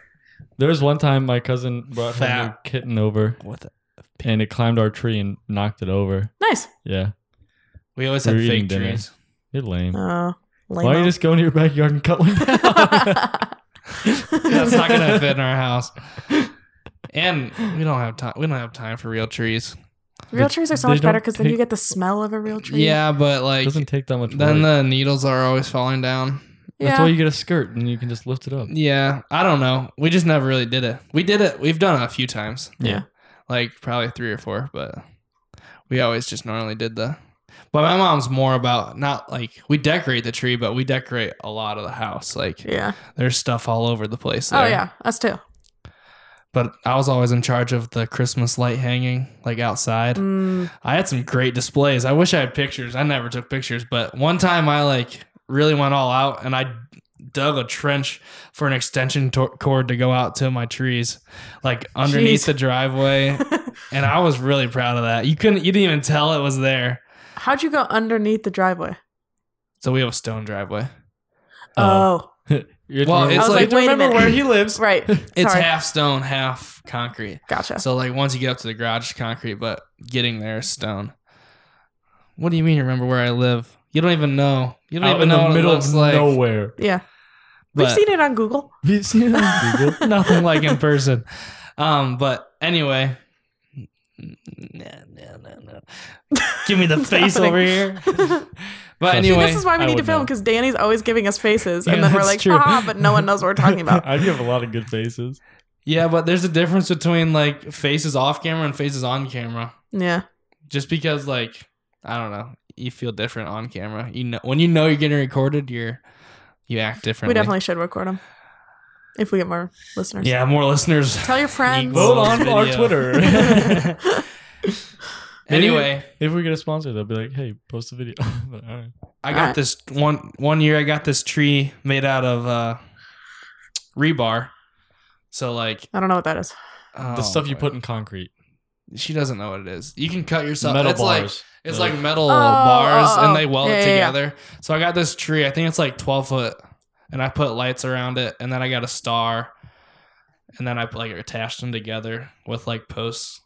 Speaker 1: There was one time my cousin brought her new
Speaker 2: Fat.
Speaker 1: kitten over,
Speaker 2: What the-
Speaker 1: and it climbed our tree and knocked it over.
Speaker 3: Nice.
Speaker 1: Yeah,
Speaker 2: we always
Speaker 1: We're
Speaker 2: had
Speaker 1: eating
Speaker 2: fake
Speaker 1: dinner.
Speaker 2: trees.
Speaker 1: you're lame.
Speaker 3: Oh,
Speaker 1: Mm. Why don't you just go into your backyard and cut one down?
Speaker 2: That's not gonna fit in our house. And we don't have time. We don't have time for real trees.
Speaker 3: real
Speaker 1: They-
Speaker 3: trees are so
Speaker 1: they
Speaker 3: much better
Speaker 1: don't
Speaker 3: because then you
Speaker 1: take-
Speaker 3: get the smell of a real tree.
Speaker 2: Yeah, but
Speaker 1: it
Speaker 2: like
Speaker 1: doesn't take that much.
Speaker 2: then
Speaker 1: work.
Speaker 2: the needles are always falling down.
Speaker 1: That's
Speaker 3: Yeah.
Speaker 1: why you get a skirt and you can just lift it up.
Speaker 2: Yeah, I don't know. We just never really did it. We did it. We've done it a few times.
Speaker 3: Yeah.
Speaker 2: like probably three or four, but we always just normally did the. But my mom's more about not like we decorate the tree, but we decorate a lot of the house. Like
Speaker 3: Yeah.
Speaker 2: there's stuff all over the place.
Speaker 3: Oh
Speaker 2: there.
Speaker 3: yeah, us too.
Speaker 2: But I was always in charge of the Christmas light hanging like outside.
Speaker 3: Mm,
Speaker 2: I had some great displays. I wish I had pictures. I never took pictures, but one time I like really went all out and I dug a trench for an extension tor- cord to go out to my trees, like underneath
Speaker 3: Jeez.
Speaker 2: the driveway. and I was really proud of that. You couldn't, you didn't even tell it was there.
Speaker 3: How'd you go underneath the driveway?
Speaker 2: So we have a stone driveway.
Speaker 1: Oh.
Speaker 3: Oh,
Speaker 1: You're
Speaker 2: Well,
Speaker 3: I
Speaker 2: it's
Speaker 3: was
Speaker 2: like,
Speaker 3: like, wait a
Speaker 2: remember
Speaker 3: minute.
Speaker 2: where he lives.
Speaker 3: right.
Speaker 2: It's
Speaker 3: Sorry.
Speaker 2: half stone, half concrete.
Speaker 3: Gotcha.
Speaker 2: So like once you get up to the garage, it's concrete, but getting there is stone. What do you mean? You remember where I live? You don't even know. You don't
Speaker 1: out
Speaker 2: even
Speaker 1: in
Speaker 2: know
Speaker 1: the
Speaker 2: what
Speaker 1: middle
Speaker 2: it looks
Speaker 1: of
Speaker 2: like.
Speaker 1: nowhere.
Speaker 3: yeah, we've
Speaker 2: But-
Speaker 3: seen it on Google.
Speaker 1: Have you seen it on Google?
Speaker 2: nothing like in person. Um, but anyway. No, no, no, no. Give me the
Speaker 3: What's
Speaker 2: face
Speaker 3: happening?
Speaker 2: over here. But
Speaker 1: See,
Speaker 3: See,
Speaker 2: anyway,
Speaker 3: this is why we
Speaker 1: I
Speaker 3: need to
Speaker 1: would
Speaker 3: film
Speaker 1: know.
Speaker 3: because Danny's always giving us faces,
Speaker 2: Yeah,
Speaker 3: and then we're
Speaker 2: that's
Speaker 3: like,
Speaker 2: true.
Speaker 3: ah, but no one knows what we're talking about.
Speaker 1: I give a lot of good faces.
Speaker 2: yeah, but there's a difference between like faces off camera and faces on camera.
Speaker 3: yeah,
Speaker 2: Just because like I don't know, you feel different on camera. You know when you know you're getting recorded, you're you act differently.
Speaker 3: we definitely should record them if we get more listeners.
Speaker 2: Yeah, more listeners.
Speaker 3: Tell your friends.
Speaker 2: Vote
Speaker 1: Vote
Speaker 2: on
Speaker 1: on our
Speaker 2: video.
Speaker 1: Twitter.
Speaker 2: anyway,
Speaker 1: if we get a sponsor, they'll be like, "Hey, post a video." But, all right.
Speaker 2: I got
Speaker 3: Alright.
Speaker 2: this one one year I got this tree made out of uh rebar. So like
Speaker 3: I don't know what that is.
Speaker 2: Oh,
Speaker 1: the stuff you put in concrete,
Speaker 2: She doesn't know what it is. You can cut yourself
Speaker 1: metal
Speaker 2: it's like
Speaker 1: bars.
Speaker 2: it's
Speaker 1: Yeah.
Speaker 2: like metal
Speaker 3: Oh,
Speaker 2: bars
Speaker 3: oh, oh,
Speaker 2: and they weld
Speaker 3: yeah,
Speaker 2: it
Speaker 3: yeah, yeah.
Speaker 2: together. So I got this tree, I think it's like twelve foot, and I put lights around it and then I got a star and then I like attached them together with like posts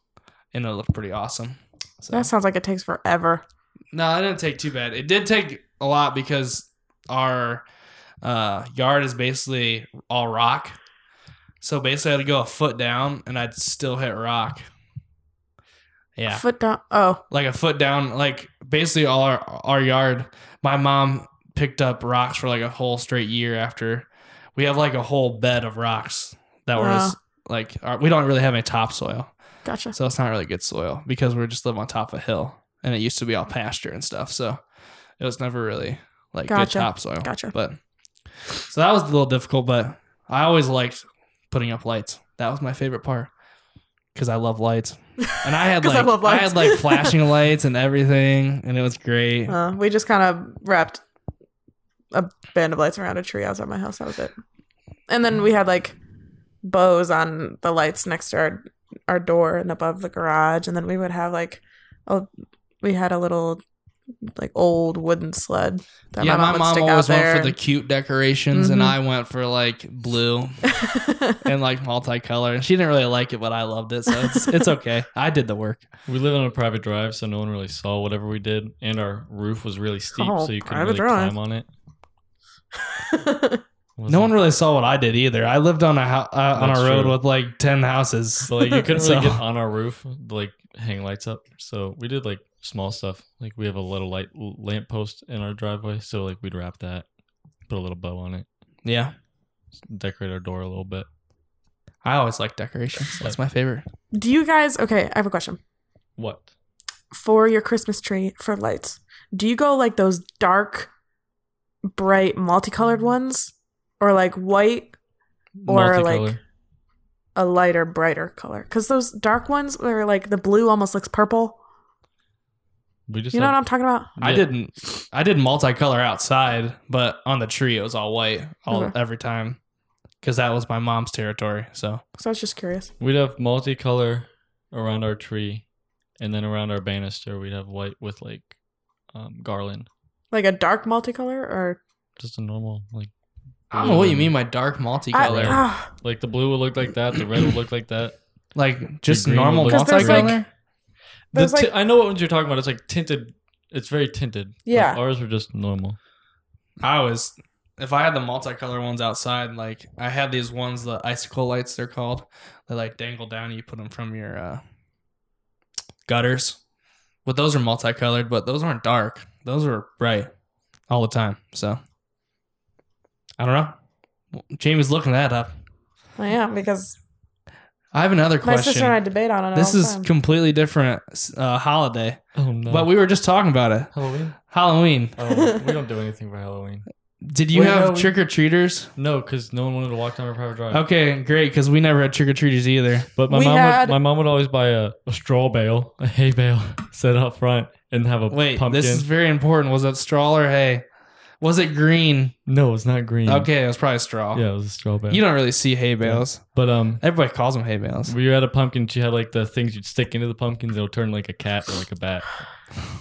Speaker 2: and it looked pretty awesome. So
Speaker 3: That sounds like it takes forever.
Speaker 2: No, it didn't take too bad. It did take a lot because our uh, yard is basically all rock. So basically, I had to go a foot down and I'd still hit rock. Yeah,
Speaker 3: Foot down. Oh,
Speaker 2: like a foot down. Like basically, all our our yard. My mom picked up rocks for like a whole straight year after. We have like a whole bed of rocks that were
Speaker 3: Wow.
Speaker 2: just like our, we don't really have any topsoil.
Speaker 3: gotcha.
Speaker 2: So it's not really good soil because we just live on top of a hill and it used to be all pasture and stuff. So it was never really like
Speaker 3: Gotcha.
Speaker 2: good topsoil.
Speaker 3: Gotcha.
Speaker 2: But so that was a little difficult, but I always liked putting up lights. That was my favorite part because I love lights. And I had
Speaker 3: 'Cause
Speaker 2: like
Speaker 3: I
Speaker 2: I,
Speaker 3: love lights.
Speaker 2: had like flashing lights and everything and it was great.
Speaker 3: Uh, we just kind of wrapped a band of lights around a tree outside my house. That was it. And then we had like bows on the lights next to our our door and above the garage. And then we would have like a we had a little like old wooden sled that
Speaker 2: yeah, my mom always went for the
Speaker 3: and-
Speaker 2: cute decorations, and
Speaker 3: Mhm.
Speaker 2: I went for like blue and like multicolor. And she didn't really like it, but I loved it, so it's it's okay. I did the work.
Speaker 1: We live on a private drive, so no one really saw whatever we did, and our roof was really steep,
Speaker 3: Oh,
Speaker 1: so you couldn't
Speaker 3: private
Speaker 1: really
Speaker 3: drive.
Speaker 1: climb on it. It
Speaker 2: No one
Speaker 1: wasn't-
Speaker 2: really saw what I did either. I lived on a hou- uh, on
Speaker 1: That's
Speaker 2: a road
Speaker 1: true.
Speaker 2: with like ten houses.
Speaker 1: but, like you couldn't really
Speaker 2: So-
Speaker 1: get on our roof, to, like hang lights up. So we did like small stuff. Like we have a little light lamp post in our driveway, so like we'd wrap that, put a little bow on it,
Speaker 2: Yeah,
Speaker 1: decorate our door a little bit.
Speaker 2: I always like decorations. That's my favorite.
Speaker 3: Do you guys okay, I have a question.
Speaker 1: What?
Speaker 3: For your Christmas tree for lights, do you go like those dark, bright, multicolored
Speaker 2: Mm-hmm.
Speaker 3: ones? Or like white Or, like-
Speaker 1: Multicolor.
Speaker 3: a lighter, brighter color. Because those dark ones where like the blue almost looks purple.
Speaker 1: we just
Speaker 3: You know what
Speaker 1: have-
Speaker 3: I'm talking about?
Speaker 2: I
Speaker 1: Yeah.
Speaker 2: didn't. I did multicolor outside, but on the tree it was all white all
Speaker 3: Okay.
Speaker 2: every time because that was my mom's territory. So
Speaker 3: So I was just curious.
Speaker 1: We'd have multicolor around our tree, and then around our banister, we'd have white with like um, garland,
Speaker 3: Like a dark multicolor or
Speaker 1: just a normal like.
Speaker 2: I don't know what you
Speaker 1: blue
Speaker 2: mean
Speaker 1: and-
Speaker 2: by dark
Speaker 3: I-
Speaker 2: multicolor.
Speaker 1: Multicolor.
Speaker 3: ah,
Speaker 1: Like the blue would look like that, the red would look like that.
Speaker 2: like just
Speaker 1: green
Speaker 2: normal
Speaker 1: would
Speaker 3: look- 'Cause there's,
Speaker 2: multicolor.
Speaker 3: like-
Speaker 1: The
Speaker 3: There's,
Speaker 1: ti-
Speaker 3: like-
Speaker 1: I know what ones you're talking about. It's like tinted. It's very tinted. Like,
Speaker 3: Yeah.
Speaker 1: ours were just normal.
Speaker 2: I was if I had the multicolor ones outside, like I had these ones, the icicle lights they're called. They like dangle down and you put them from your uh, gutters. But those are multicolored, but those aren't dark. Those are bright all the time. So I don't know. Jamie's looking that up.
Speaker 3: I am because
Speaker 2: I have another
Speaker 3: my sister and I
Speaker 2: question.
Speaker 3: debate on it.
Speaker 2: This
Speaker 3: all
Speaker 2: is
Speaker 3: the time.
Speaker 2: completely different uh, holiday,
Speaker 1: Oh no!
Speaker 2: but we were just talking about it.
Speaker 1: Halloween.
Speaker 2: Halloween.
Speaker 1: Oh, we don't do anything for Halloween.
Speaker 2: Did you
Speaker 1: Wait,
Speaker 2: have
Speaker 1: no, we-
Speaker 2: trick or treaters?
Speaker 1: No, because no one wanted to walk down our private drive.
Speaker 2: Okay, great, because we never had trick or treaters either.
Speaker 1: But my
Speaker 3: We
Speaker 1: mom,
Speaker 3: had-
Speaker 1: would, my mom would always buy a, a straw bale, a hay bale, set out front, and have a
Speaker 2: Wait,
Speaker 1: pumpkin.
Speaker 2: this is very important. Was that straw or hay? Was it green?
Speaker 1: No, it's not green.
Speaker 2: Okay, it was probably straw.
Speaker 1: Yeah, it was a straw bale.
Speaker 2: You don't really see hay bales.
Speaker 1: but um,
Speaker 2: Everybody calls them hay bales.
Speaker 1: we were at a pumpkin. She had like the things you'd stick into the pumpkins. It'll turn like a cat or like a bat.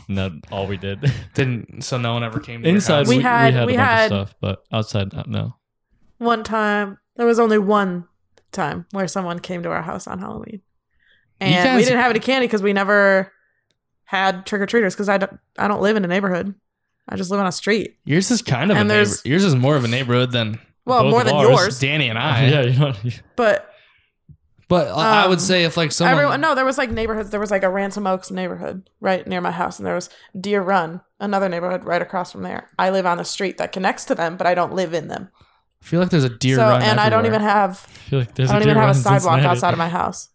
Speaker 1: And that all we did.
Speaker 2: Didn't so no one ever came to your
Speaker 1: Inside
Speaker 2: house?
Speaker 1: we,
Speaker 3: We
Speaker 1: we had,
Speaker 3: had-
Speaker 1: a
Speaker 3: we
Speaker 1: bunch
Speaker 3: had-
Speaker 1: of stuff, but outside uh, no.
Speaker 3: One time, there was only one time where someone came to our house on Halloween, and we
Speaker 2: guys-
Speaker 3: didn't have any candy because we never had trick or treaters because I don't I don't live in a neighborhood. I just live on a street.
Speaker 2: Yours is kind of
Speaker 3: And
Speaker 2: a neighbor.
Speaker 3: there's-
Speaker 2: Yours is more of a neighborhood than
Speaker 3: Well,
Speaker 1: Both
Speaker 3: more
Speaker 1: of
Speaker 3: than
Speaker 1: ours.
Speaker 3: yours,
Speaker 2: Danny and I.
Speaker 1: yeah, you don't.
Speaker 3: but
Speaker 2: But I I
Speaker 3: Um,
Speaker 2: would say if like someone
Speaker 3: Everyone, no, there was like neighborhoods. There was like a Ransom Oaks neighborhood right near my house, and there was Deer Run, another neighborhood right across from there. I live on the street that connects to them, but I don't live in them.
Speaker 2: I feel like there's a deer
Speaker 3: so,
Speaker 2: run
Speaker 3: and I don't
Speaker 2: everywhere.
Speaker 3: even have
Speaker 1: I feel like there's
Speaker 3: I don't
Speaker 1: a deer
Speaker 3: even have a
Speaker 1: run in
Speaker 3: sidewalk
Speaker 1: Cincinnati.
Speaker 3: outside of my house.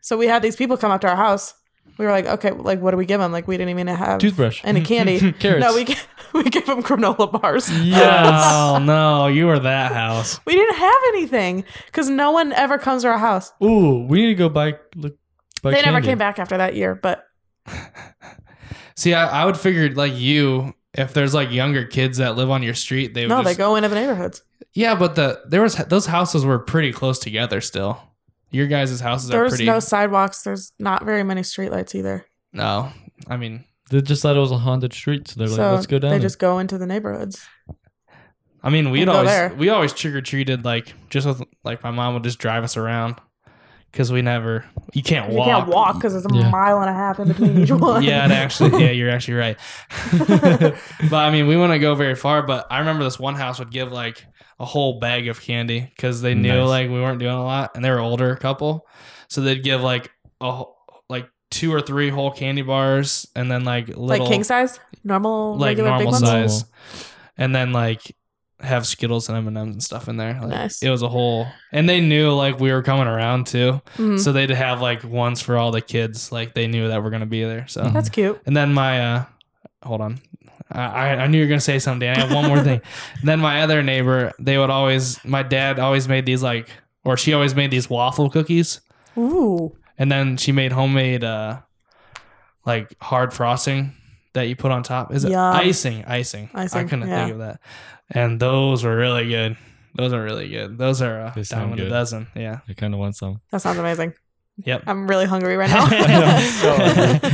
Speaker 3: So we had these people come up to our house. We were like, okay, like what do we give them? Like we didn't even have
Speaker 1: toothbrush.
Speaker 3: any candy.
Speaker 1: Carrots.
Speaker 3: no, we g- we gave them granola bars.
Speaker 2: Yeah. oh no, you were that house.
Speaker 3: We didn't have anything because no one ever comes to our house.
Speaker 1: Ooh, we need to go buy. Look, buy
Speaker 3: they never
Speaker 1: candy.
Speaker 3: came back after that year, but
Speaker 2: See, I, I would figure like you, if there's like younger kids that live on your street, they would
Speaker 3: no, they
Speaker 2: just,
Speaker 3: go into the neighborhoods.
Speaker 2: Yeah, but the there was those houses were pretty close together still. Your guys' houses are
Speaker 3: There's
Speaker 2: pretty
Speaker 3: no sidewalks. There's not very many streetlights either.
Speaker 2: No. I mean
Speaker 1: They just thought it was a haunted street, so they're
Speaker 3: so
Speaker 1: like, "Let's go down."
Speaker 3: they
Speaker 1: there."
Speaker 3: just go into the neighborhoods.
Speaker 2: I mean we'd
Speaker 3: We'll go
Speaker 2: always
Speaker 3: there.
Speaker 2: we always trick or treated like just with like my mom would just drive us around because we never you can't
Speaker 3: You
Speaker 2: walk.
Speaker 3: can't walk because there's a
Speaker 1: Yeah.
Speaker 3: mile and a half in between each one.
Speaker 2: yeah, it actually, yeah, you're actually right. but I mean, we wouldn't go very far. But I remember this one house would give like a whole bag of candy because they knew
Speaker 1: Nice.
Speaker 2: like we weren't doing a lot, and they were older couple, so they'd give like a wh- like two or three whole candy bars, and then like little
Speaker 3: like king size, normal,
Speaker 2: like
Speaker 3: regular
Speaker 2: normal
Speaker 3: big ones.
Speaker 2: size, and then like have Skittles and M and M's and stuff in there. Like,
Speaker 3: Nice.
Speaker 2: It was a whole, and they knew like we were coming around too,
Speaker 3: Mhm.
Speaker 2: so they'd have like ones for all the kids. Like they knew that we're gonna be there, so.
Speaker 3: That's cute.
Speaker 2: And then my uh hold on. I, I- I knew you were gonna say something. I have one more thing. And then my other neighbor, they would always my dad always made these like or she always made these waffle cookies.
Speaker 3: Ooh,
Speaker 2: And then she made homemade uh like hard frosting that you put on top. Is it
Speaker 3: Yum.
Speaker 2: icing? Icing. I
Speaker 3: Icing,
Speaker 2: couldn't
Speaker 3: yeah.
Speaker 2: think of that. And those were really good. Those are really good. Those are uh,
Speaker 1: They
Speaker 2: a
Speaker 1: sound
Speaker 2: dime and a
Speaker 1: good.
Speaker 2: dozen. Yeah.
Speaker 1: I kind of want some.
Speaker 3: that sounds amazing.
Speaker 2: Yep.
Speaker 3: I'm really hungry right
Speaker 2: I
Speaker 3: now.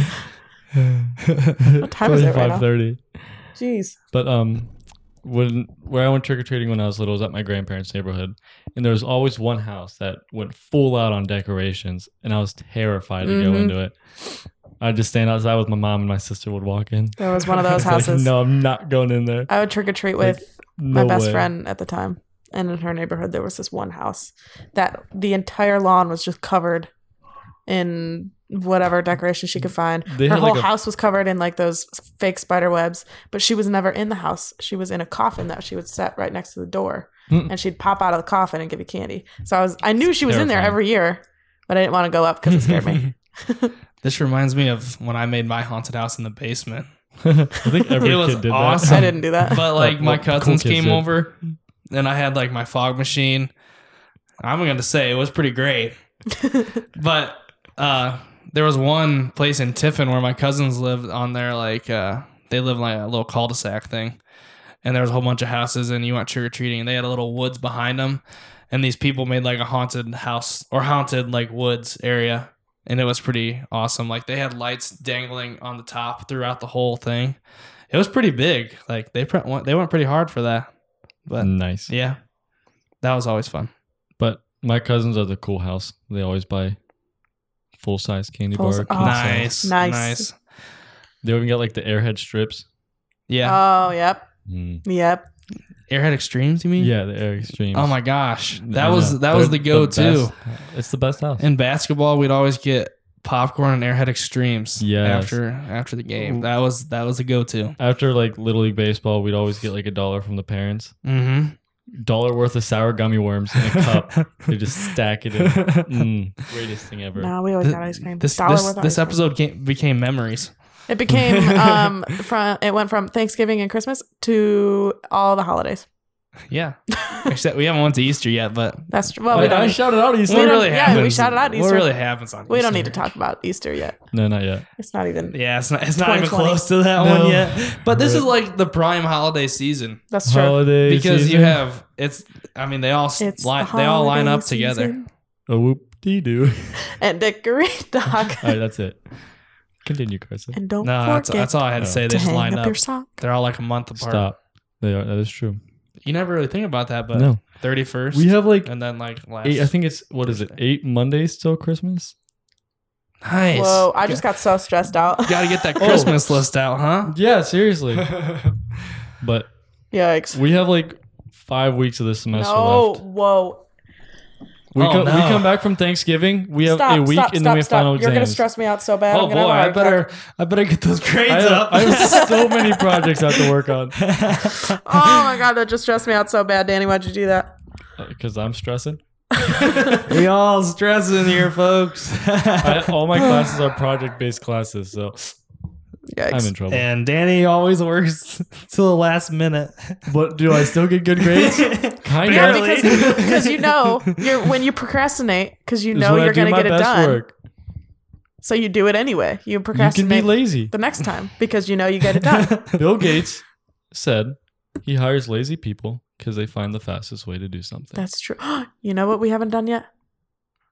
Speaker 2: know.
Speaker 1: what
Speaker 3: time is it right now?
Speaker 1: Five thirty.
Speaker 3: Jeez.
Speaker 1: But um, when where I went trick or treating when I was little was at my grandparents' neighborhood, and there was always one house that went full out on decorations, and I was terrified to go
Speaker 3: Mhm.
Speaker 1: into it. I'd just stand outside with my mom and my sister would walk in.
Speaker 3: There was one of those
Speaker 1: It's like,
Speaker 3: houses.
Speaker 1: no, I'm not going in there.
Speaker 3: I would trick or treat
Speaker 1: Like,
Speaker 3: with
Speaker 1: No
Speaker 3: my best
Speaker 1: way.
Speaker 3: friend at the time. And in her neighborhood, there was this one house that the entire lawn was just covered in whatever decoration she could find.
Speaker 1: They
Speaker 3: her
Speaker 1: had,
Speaker 3: whole
Speaker 1: like, a-
Speaker 3: house was covered in like those fake spider webs, but she was never in the house. She was in a coffin that she would set right next to the door,
Speaker 1: Mm.
Speaker 3: and she'd pop out of the coffin and give you candy. So I was, I knew she was in there
Speaker 1: Terrifying.
Speaker 3: every year, but I didn't want to go up because it scared me.
Speaker 2: this reminds me of when I made my haunted house in the basement.
Speaker 1: I think every
Speaker 2: It was
Speaker 1: kid did
Speaker 2: awesome.
Speaker 3: I didn't do that.
Speaker 2: but like
Speaker 1: Well,
Speaker 2: my
Speaker 1: cool
Speaker 2: cousins
Speaker 1: kids
Speaker 2: came
Speaker 1: did.
Speaker 2: over and I had like my fog machine. I'm gonna say it was pretty great. but uh there was one place in Tiffin where my cousins lived on there like uh they live like a little cul-de-sac thing. And there was a whole bunch of houses and you went trick-or-treating and they had a little woods behind them and these people made like a haunted house or haunted like woods area and it was pretty awesome like they had lights dangling on the top throughout the whole thing it was pretty big like they pre- went, they went pretty hard for that
Speaker 1: that.
Speaker 2: but
Speaker 1: Nice.
Speaker 2: yeah that was always fun
Speaker 1: But my cousins are the cool house. They always buy full size candy
Speaker 3: Full-
Speaker 1: bar.
Speaker 3: oh.
Speaker 1: king size.
Speaker 2: nice nice,
Speaker 3: Nice.
Speaker 1: They even got like the airhead strips.
Speaker 2: yeah
Speaker 3: Oh, yep,
Speaker 2: Hmm.
Speaker 1: Mm.
Speaker 3: yep.
Speaker 2: airhead extremes you mean
Speaker 1: Yeah, the air extremes.
Speaker 2: oh my gosh that
Speaker 1: I
Speaker 2: was
Speaker 1: know.
Speaker 2: that was
Speaker 1: They're
Speaker 2: the go-to
Speaker 1: best. it's the best house.
Speaker 2: in basketball we'd always get popcorn and airhead extremes
Speaker 1: Yes.
Speaker 2: after after the game that was that was the go-to
Speaker 1: After like little league baseball, we'd always get like a dollar from the parents,
Speaker 2: mm-hmm
Speaker 1: dollar worth of sour gummy worms in a cup. they just stack it in. Mm, greatest thing ever.
Speaker 3: No, we always got ice cream.
Speaker 2: This
Speaker 3: Dollar
Speaker 2: this,
Speaker 3: worth of
Speaker 2: this
Speaker 3: ice cream.
Speaker 2: episode came, became memories.
Speaker 3: It became um from it went from Thanksgiving and Christmas to all the holidays.
Speaker 2: Yeah. Except we haven't went to Easter yet, but
Speaker 3: That's true. Well, we
Speaker 2: Wait,
Speaker 3: don't,
Speaker 2: I
Speaker 3: need-
Speaker 1: shouted out
Speaker 3: We
Speaker 2: what
Speaker 3: don't-
Speaker 2: really
Speaker 3: yeah, we
Speaker 2: happens?
Speaker 3: shouted out
Speaker 2: What
Speaker 3: Easter.
Speaker 2: really happens on?
Speaker 3: we don't
Speaker 2: Easter?
Speaker 3: need to talk about Easter yet.
Speaker 1: No, not yet.
Speaker 3: It's not even.
Speaker 2: Yeah, it's not. It's not even
Speaker 3: 2020.
Speaker 2: close to that
Speaker 1: No.
Speaker 2: one yet. But this is
Speaker 1: Right.
Speaker 2: like the prime holiday season
Speaker 3: That's true.
Speaker 1: Holiday
Speaker 2: because you
Speaker 1: season.
Speaker 2: have it's. I mean, they all s-
Speaker 3: It's
Speaker 2: li-
Speaker 3: the
Speaker 2: they all line
Speaker 3: holiday
Speaker 2: up together.
Speaker 3: season.
Speaker 1: a whoop dee doo.
Speaker 3: And decorate the
Speaker 1: All
Speaker 3: hog.
Speaker 1: right, that's it. Continue, Carson.
Speaker 3: and don't
Speaker 2: No,
Speaker 3: forget
Speaker 2: that's, that's all I had to
Speaker 1: No.
Speaker 2: say. They
Speaker 3: to
Speaker 2: just
Speaker 3: hang
Speaker 2: line
Speaker 3: up,
Speaker 2: up.
Speaker 3: your sock.
Speaker 2: They're all like a month apart.
Speaker 1: Stop. They are. That is true.
Speaker 2: You never really think about that, but
Speaker 1: no,
Speaker 2: thirty first,
Speaker 1: we have like
Speaker 2: and then like last.
Speaker 1: eight. I think it's what is it?
Speaker 2: Thursday.
Speaker 1: Eight Mondays till Christmas.
Speaker 2: nice.
Speaker 3: Whoa, I just got so stressed out.
Speaker 2: gotta get that Christmas list out, huh?
Speaker 1: Yeah, seriously. but
Speaker 3: Yikes.
Speaker 1: we have like five weeks of this semester
Speaker 3: No,
Speaker 1: left.
Speaker 3: whoa.
Speaker 1: We,
Speaker 2: Oh,
Speaker 1: come, we
Speaker 2: no.
Speaker 1: come back from Thanksgiving. We have
Speaker 3: stop,
Speaker 1: a week,
Speaker 3: stop,
Speaker 1: and then
Speaker 3: stop,
Speaker 1: we have
Speaker 3: stop.
Speaker 1: final
Speaker 3: You're
Speaker 1: exams.
Speaker 3: gonna stress me out so bad.
Speaker 2: oh
Speaker 3: I'm gonna
Speaker 2: boy, I
Speaker 3: have a heart attack.
Speaker 2: better I better get those grades
Speaker 1: I have,
Speaker 2: up.
Speaker 1: I have so many projects I have to work on
Speaker 3: Oh my god, that just stressed me out so bad, Danny. Why'd you do that?
Speaker 1: because uh, I'm stressing.
Speaker 2: we all stressing here, folks.
Speaker 1: I, all my classes are project-based classes, so
Speaker 3: Yikes.
Speaker 1: I'm in trouble.
Speaker 2: and Danny always works till the last minute.
Speaker 1: But do I still get good grades? Kind
Speaker 3: yeah,
Speaker 1: of.
Speaker 2: Barely.
Speaker 3: because because you know you're when you procrastinate because you know you're gonna get it done, so you do it anyway. You
Speaker 1: You can be
Speaker 3: procrastinate
Speaker 1: lazy.
Speaker 3: the next time because you know you get it done.
Speaker 1: Bill Gates said he hires lazy people because they find the fastest way to do something.
Speaker 3: That's true. You know what we haven't done yet?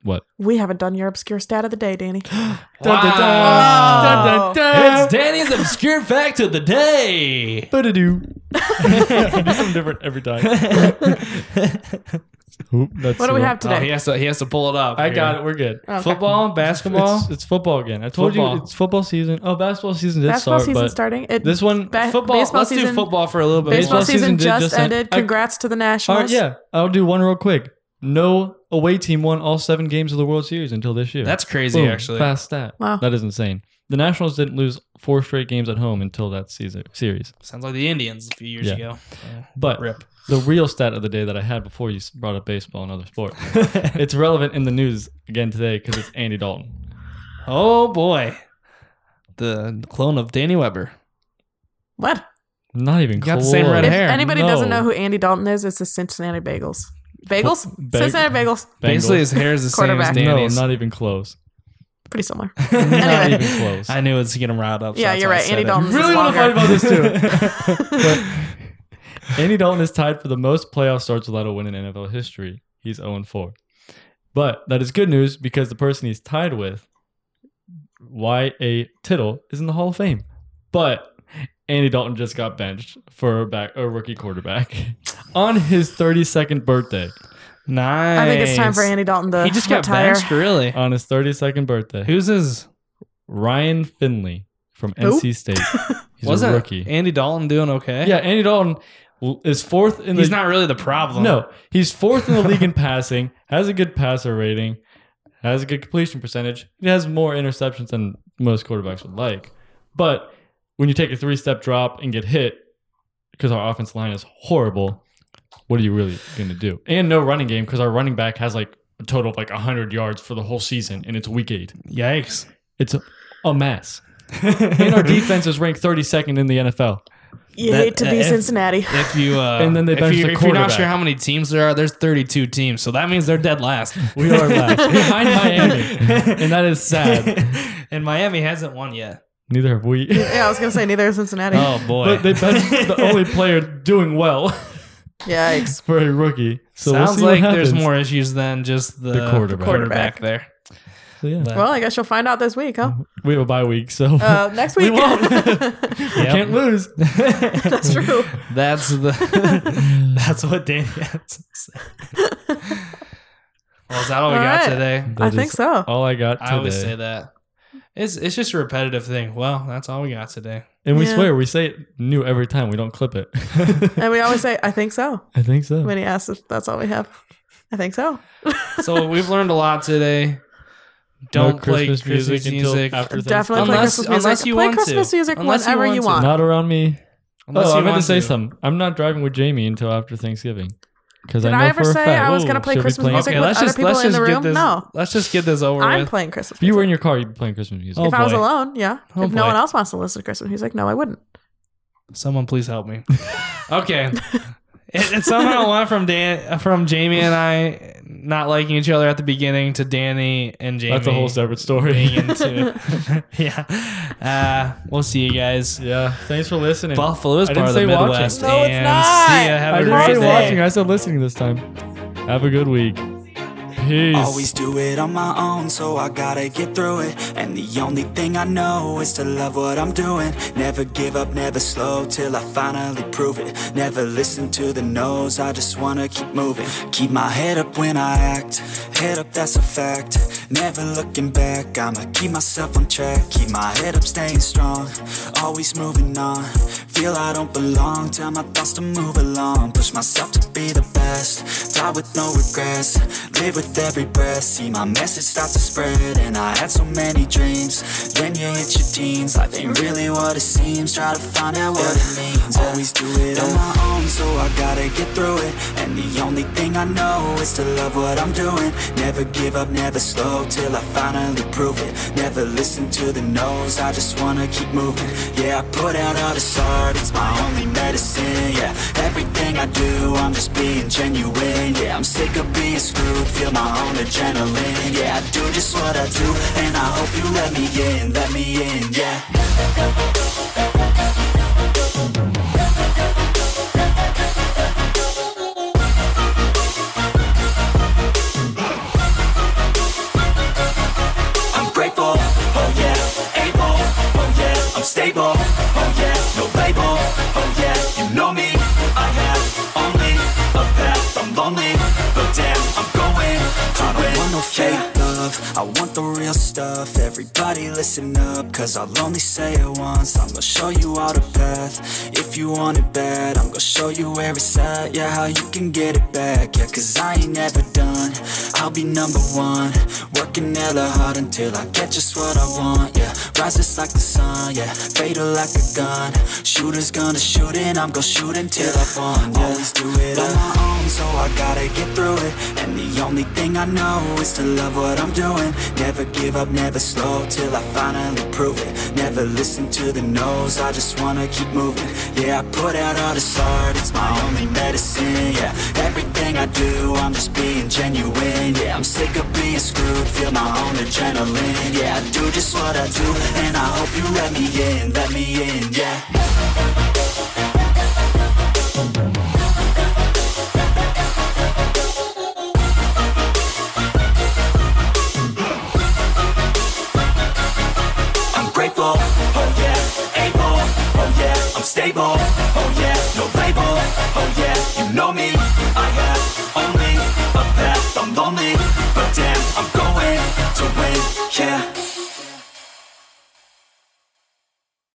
Speaker 1: what?
Speaker 3: We haven't done your obscure stat of the day, Danny.
Speaker 1: Dun, dun,
Speaker 3: Wow.
Speaker 1: dun. Dun, dun,
Speaker 2: It's Danny's obscure fact of the day.
Speaker 1: dun. Ba-da-doo. do something different every time. Oop, that's
Speaker 3: What do we
Speaker 1: it.
Speaker 3: have Uh,
Speaker 2: Oh, he
Speaker 3: today?
Speaker 2: has to he has to pull it up.
Speaker 1: I
Speaker 2: here.
Speaker 1: got it. We're good.
Speaker 3: Okay.
Speaker 2: Football, basketball.
Speaker 1: It's, it's football again. I told you
Speaker 2: Football.
Speaker 1: it's football season. Oh, basketball season did
Speaker 3: Basketball
Speaker 1: start,
Speaker 3: season
Speaker 1: but
Speaker 3: starting. It,
Speaker 1: this one. uh,
Speaker 3: ba-
Speaker 2: football.
Speaker 3: baseball
Speaker 2: Let's
Speaker 3: season.
Speaker 2: do football for a little bit.
Speaker 3: baseball
Speaker 1: baseball season
Speaker 3: season,
Speaker 1: did
Speaker 3: just,
Speaker 1: just end.
Speaker 3: ended.
Speaker 1: I-
Speaker 3: Congrats to the
Speaker 1: all
Speaker 3: Nationals.
Speaker 1: right, yeah, I'll do one real quick. No away team won all seven games of the World Series until this year.
Speaker 2: That's crazy,
Speaker 1: Boom,
Speaker 2: actually.
Speaker 1: Fast stat.
Speaker 3: Wow.
Speaker 1: That is insane. The Nationals didn't lose four straight games at home until that season series.
Speaker 2: Sounds like the Indians a few years
Speaker 1: Yeah.
Speaker 2: ago.
Speaker 1: But
Speaker 2: Rip.
Speaker 1: the real stat of the day that I had before you s- brought up baseball and other sports, it's relevant in the news again today because it's Andy Dalton.
Speaker 2: Oh boy, the clone of Danny Weber.
Speaker 3: What?
Speaker 1: Not even
Speaker 2: You got the
Speaker 1: close.
Speaker 2: same red
Speaker 3: If
Speaker 2: hair.
Speaker 3: anybody
Speaker 1: No.
Speaker 3: doesn't know who Andy Dalton is, it's the Cincinnati Bagels. Bagels?
Speaker 1: Ba-
Speaker 3: Cincinnati Bagels.
Speaker 2: Basically, his hair is the same as
Speaker 3: Quarterback.
Speaker 1: No,
Speaker 2: Danny's.
Speaker 1: not even close.
Speaker 3: Pretty similar.
Speaker 1: Not
Speaker 3: Anyway.
Speaker 1: even close.
Speaker 2: I knew it's getting riled up. so
Speaker 3: Yeah,
Speaker 2: that's
Speaker 3: you're
Speaker 2: why I
Speaker 3: right.
Speaker 2: said
Speaker 3: Andy
Speaker 2: it.
Speaker 3: Dalton's
Speaker 1: really
Speaker 3: is
Speaker 1: wanna
Speaker 3: longer.
Speaker 1: fight about this too. But Andy Dalton is tied for the most playoff starts without a win in NFL history. He's 0 4. But that is good news because the person he's tied with, Y.A. Tittle, is in the Hall of Fame. But Andy Dalton just got benched for a, back, a rookie quarterback on his 32nd birthday.
Speaker 2: nice.
Speaker 3: I think it's time for Andy Dalton to
Speaker 2: He just got
Speaker 3: retire.
Speaker 2: benched, really.
Speaker 1: On his 32nd birthday,
Speaker 2: Who's his?
Speaker 1: Ryan Finley from
Speaker 3: Who?
Speaker 1: NC State. He's
Speaker 2: Was
Speaker 1: a
Speaker 2: it
Speaker 1: rookie.
Speaker 2: Andy Dalton doing okay?
Speaker 1: yeah, Andy Dalton l- is fourth in the
Speaker 2: he's not really the problem.
Speaker 1: No, he's fourth in the league in passing, has a good passer rating, has a good completion percentage. He has more interceptions than most quarterbacks would like. But when you take a three step drop and get hit, because our offense line is horrible, what are you really going to do? And no running game because our running back has like a total of like 100 yards for the whole season and it's week eight.
Speaker 2: Yikes.
Speaker 1: It's a, a mess. and our defense is ranked 32nd in the NFL.
Speaker 3: You
Speaker 2: That-
Speaker 3: hate to be
Speaker 2: if-
Speaker 3: Cincinnati.
Speaker 2: If you uh,
Speaker 1: And then they
Speaker 2: if,
Speaker 1: benched
Speaker 2: you,
Speaker 1: the
Speaker 2: if you're not
Speaker 1: quarterback.
Speaker 2: sure how many teams there are, there's 32 teams, so that means they're dead last.
Speaker 1: We are last behind Miami. And that is sad.
Speaker 2: and Miami hasn't won yet.
Speaker 1: Neither have we.
Speaker 3: yeah, I was gonna say neither is Cincinnati.
Speaker 2: Oh boy!
Speaker 1: But they benched the only player doing well
Speaker 3: Yikes.
Speaker 1: for a rookie. So we'll
Speaker 2: Sounds
Speaker 1: see what
Speaker 2: like there's
Speaker 1: happens.
Speaker 2: more issues than just the,
Speaker 1: The quarterback.
Speaker 2: quarterback there.
Speaker 1: So, yeah.
Speaker 2: But-
Speaker 3: Well, I guess you'll find out this week, huh?
Speaker 1: We have a bye week, so
Speaker 3: Uh, next
Speaker 1: We
Speaker 3: week.
Speaker 1: won't. we
Speaker 2: Yep.
Speaker 1: can't lose.
Speaker 3: That's true.
Speaker 2: That's the that's what Danny has to say. Well, is that all we
Speaker 3: All
Speaker 2: got
Speaker 3: right.
Speaker 2: today?
Speaker 3: I
Speaker 1: That
Speaker 3: think
Speaker 1: is
Speaker 3: so.
Speaker 1: All I got today.
Speaker 2: I always say that. It's it's just a repetitive thing. Well, that's all we got today.
Speaker 1: And we
Speaker 3: Yeah.
Speaker 1: swear we say it new every time. We don't clip it.
Speaker 3: And we always say, I think so.
Speaker 1: I think so.
Speaker 3: When he asks if that's all we have. I think so.
Speaker 2: So we've learned a lot today. Don't
Speaker 1: no
Speaker 2: play
Speaker 1: Christmas music, until
Speaker 2: music.
Speaker 1: after
Speaker 3: Definitely play
Speaker 2: Unless-
Speaker 1: Thanksgiving.
Speaker 3: Christmas music.
Speaker 2: unless you
Speaker 3: play
Speaker 2: want to.
Speaker 3: Christmas music
Speaker 2: Unless you
Speaker 3: whenever
Speaker 2: want
Speaker 3: you
Speaker 2: to.
Speaker 3: want.
Speaker 1: Not around me.
Speaker 2: Unless
Speaker 1: oh,
Speaker 2: you
Speaker 1: I meant
Speaker 2: want
Speaker 1: to say something. I'm not driving with Jamie until after Thanksgiving. Because
Speaker 3: Did
Speaker 1: I know
Speaker 3: I ever
Speaker 1: for a
Speaker 3: say
Speaker 1: fact,
Speaker 3: I was gonna
Speaker 1: Ooh,
Speaker 3: play
Speaker 1: she'll be
Speaker 3: Christmas
Speaker 1: playing-
Speaker 3: music
Speaker 2: Okay,
Speaker 3: with
Speaker 2: let's
Speaker 3: other
Speaker 2: just
Speaker 3: people
Speaker 2: let's
Speaker 3: in
Speaker 2: just
Speaker 3: the
Speaker 2: get
Speaker 3: room?
Speaker 2: this.
Speaker 3: No.
Speaker 2: Let's just get this over
Speaker 3: I'm
Speaker 2: with.
Speaker 3: playing Christmas
Speaker 1: If you were
Speaker 3: music.
Speaker 1: in your car, you'd be playing Christmas music.
Speaker 2: Oh,
Speaker 3: if I was
Speaker 2: boy.
Speaker 3: alone, yeah.
Speaker 2: Oh,
Speaker 3: if no
Speaker 2: boy.
Speaker 3: one else wants to listen to Christmas music, no, I wouldn't.
Speaker 2: Someone please help me. okay. It, it somehow went from Dan, from Jamie and I not liking each other at the beginning to Danny and Jamie.
Speaker 1: That's a whole separate
Speaker 2: being
Speaker 1: story.
Speaker 2: into. yeah. Uh, we'll see you guys.
Speaker 1: yeah. Thanks for listening.
Speaker 2: Buffalo is
Speaker 1: I
Speaker 2: part
Speaker 1: didn't
Speaker 2: of the
Speaker 1: say watching.
Speaker 2: Midwest.
Speaker 3: No, it's
Speaker 2: and
Speaker 3: not.
Speaker 2: See ya. Have
Speaker 1: I
Speaker 2: a
Speaker 1: didn't
Speaker 2: great
Speaker 1: say
Speaker 2: day.
Speaker 1: watching. I said listening this time. Have a good week. Peace.
Speaker 4: Always do it on my own, so I gotta get through it. And the only thing I know is to love what I'm doing. Never give up, never slow till I finally prove it. Never listen to the no's, I just wanna keep moving. Keep my head up when I act, head up, that's a fact. Never looking back, I'ma keep myself on track. Keep my head up, staying strong, always moving on. Feel I don't belong, tell my thoughts to move along. Push myself to be the best, die with no regrets. Live with every breath, see my message start to spread. And I had so many dreams, then you hit your teens. Life ain't really what it seems, try to find out what it means. Always do it on my own, so I gotta get through it. And the only thing I know is to love what I'm doing. Never give up, never slow till I finally prove it. Never listen to the no's, I just wanna keep moving. Yeah, I put out all this art, it's my only medicine. Yeah, everything I do, I'm just being genuine. Yeah, I'm sick of being screwed, feel my own adrenaline. Yeah, I do just what I do, and I hope you let me in, let me in, yeah. I'm grateful, oh yeah, able, oh yeah, I'm stable, oh yeah, no label, oh yeah, you know me, I have only a path, I'm lonely, but damn, I'm going to I don't want no fake love, I want the real stuff, everybody listen up, cause I'll only say it once, I'm gonna show you all the path, if you want it bad, I'm gonna show you where it's at, yeah, how you can get it back, yeah, cause I ain't never done, I'll be number one, working hella hard until I get just what I want, yeah. Rises like the sun, yeah. Fatal like a gun. Shooters gonna shoot and I'm gonna shoot until I fall. Yeah. Always do it on my own, so I gotta get through it. And the only thing I know is to love what I'm doing. Never give up, never slow till I finally prove it. Never listen to the no's, I just wanna keep moving. Yeah, I put out all this art, it's my only medicine, yeah. Everything I do, I'm just being genuine, yeah. I'm sick of being screwed, feel my own adrenaline, yeah. I do just what I do, and I hope you let me in, let me in, yeah. I'm grateful, oh yeah, able, oh yeah, I'm stable, oh yeah, no label, oh yeah, you know me,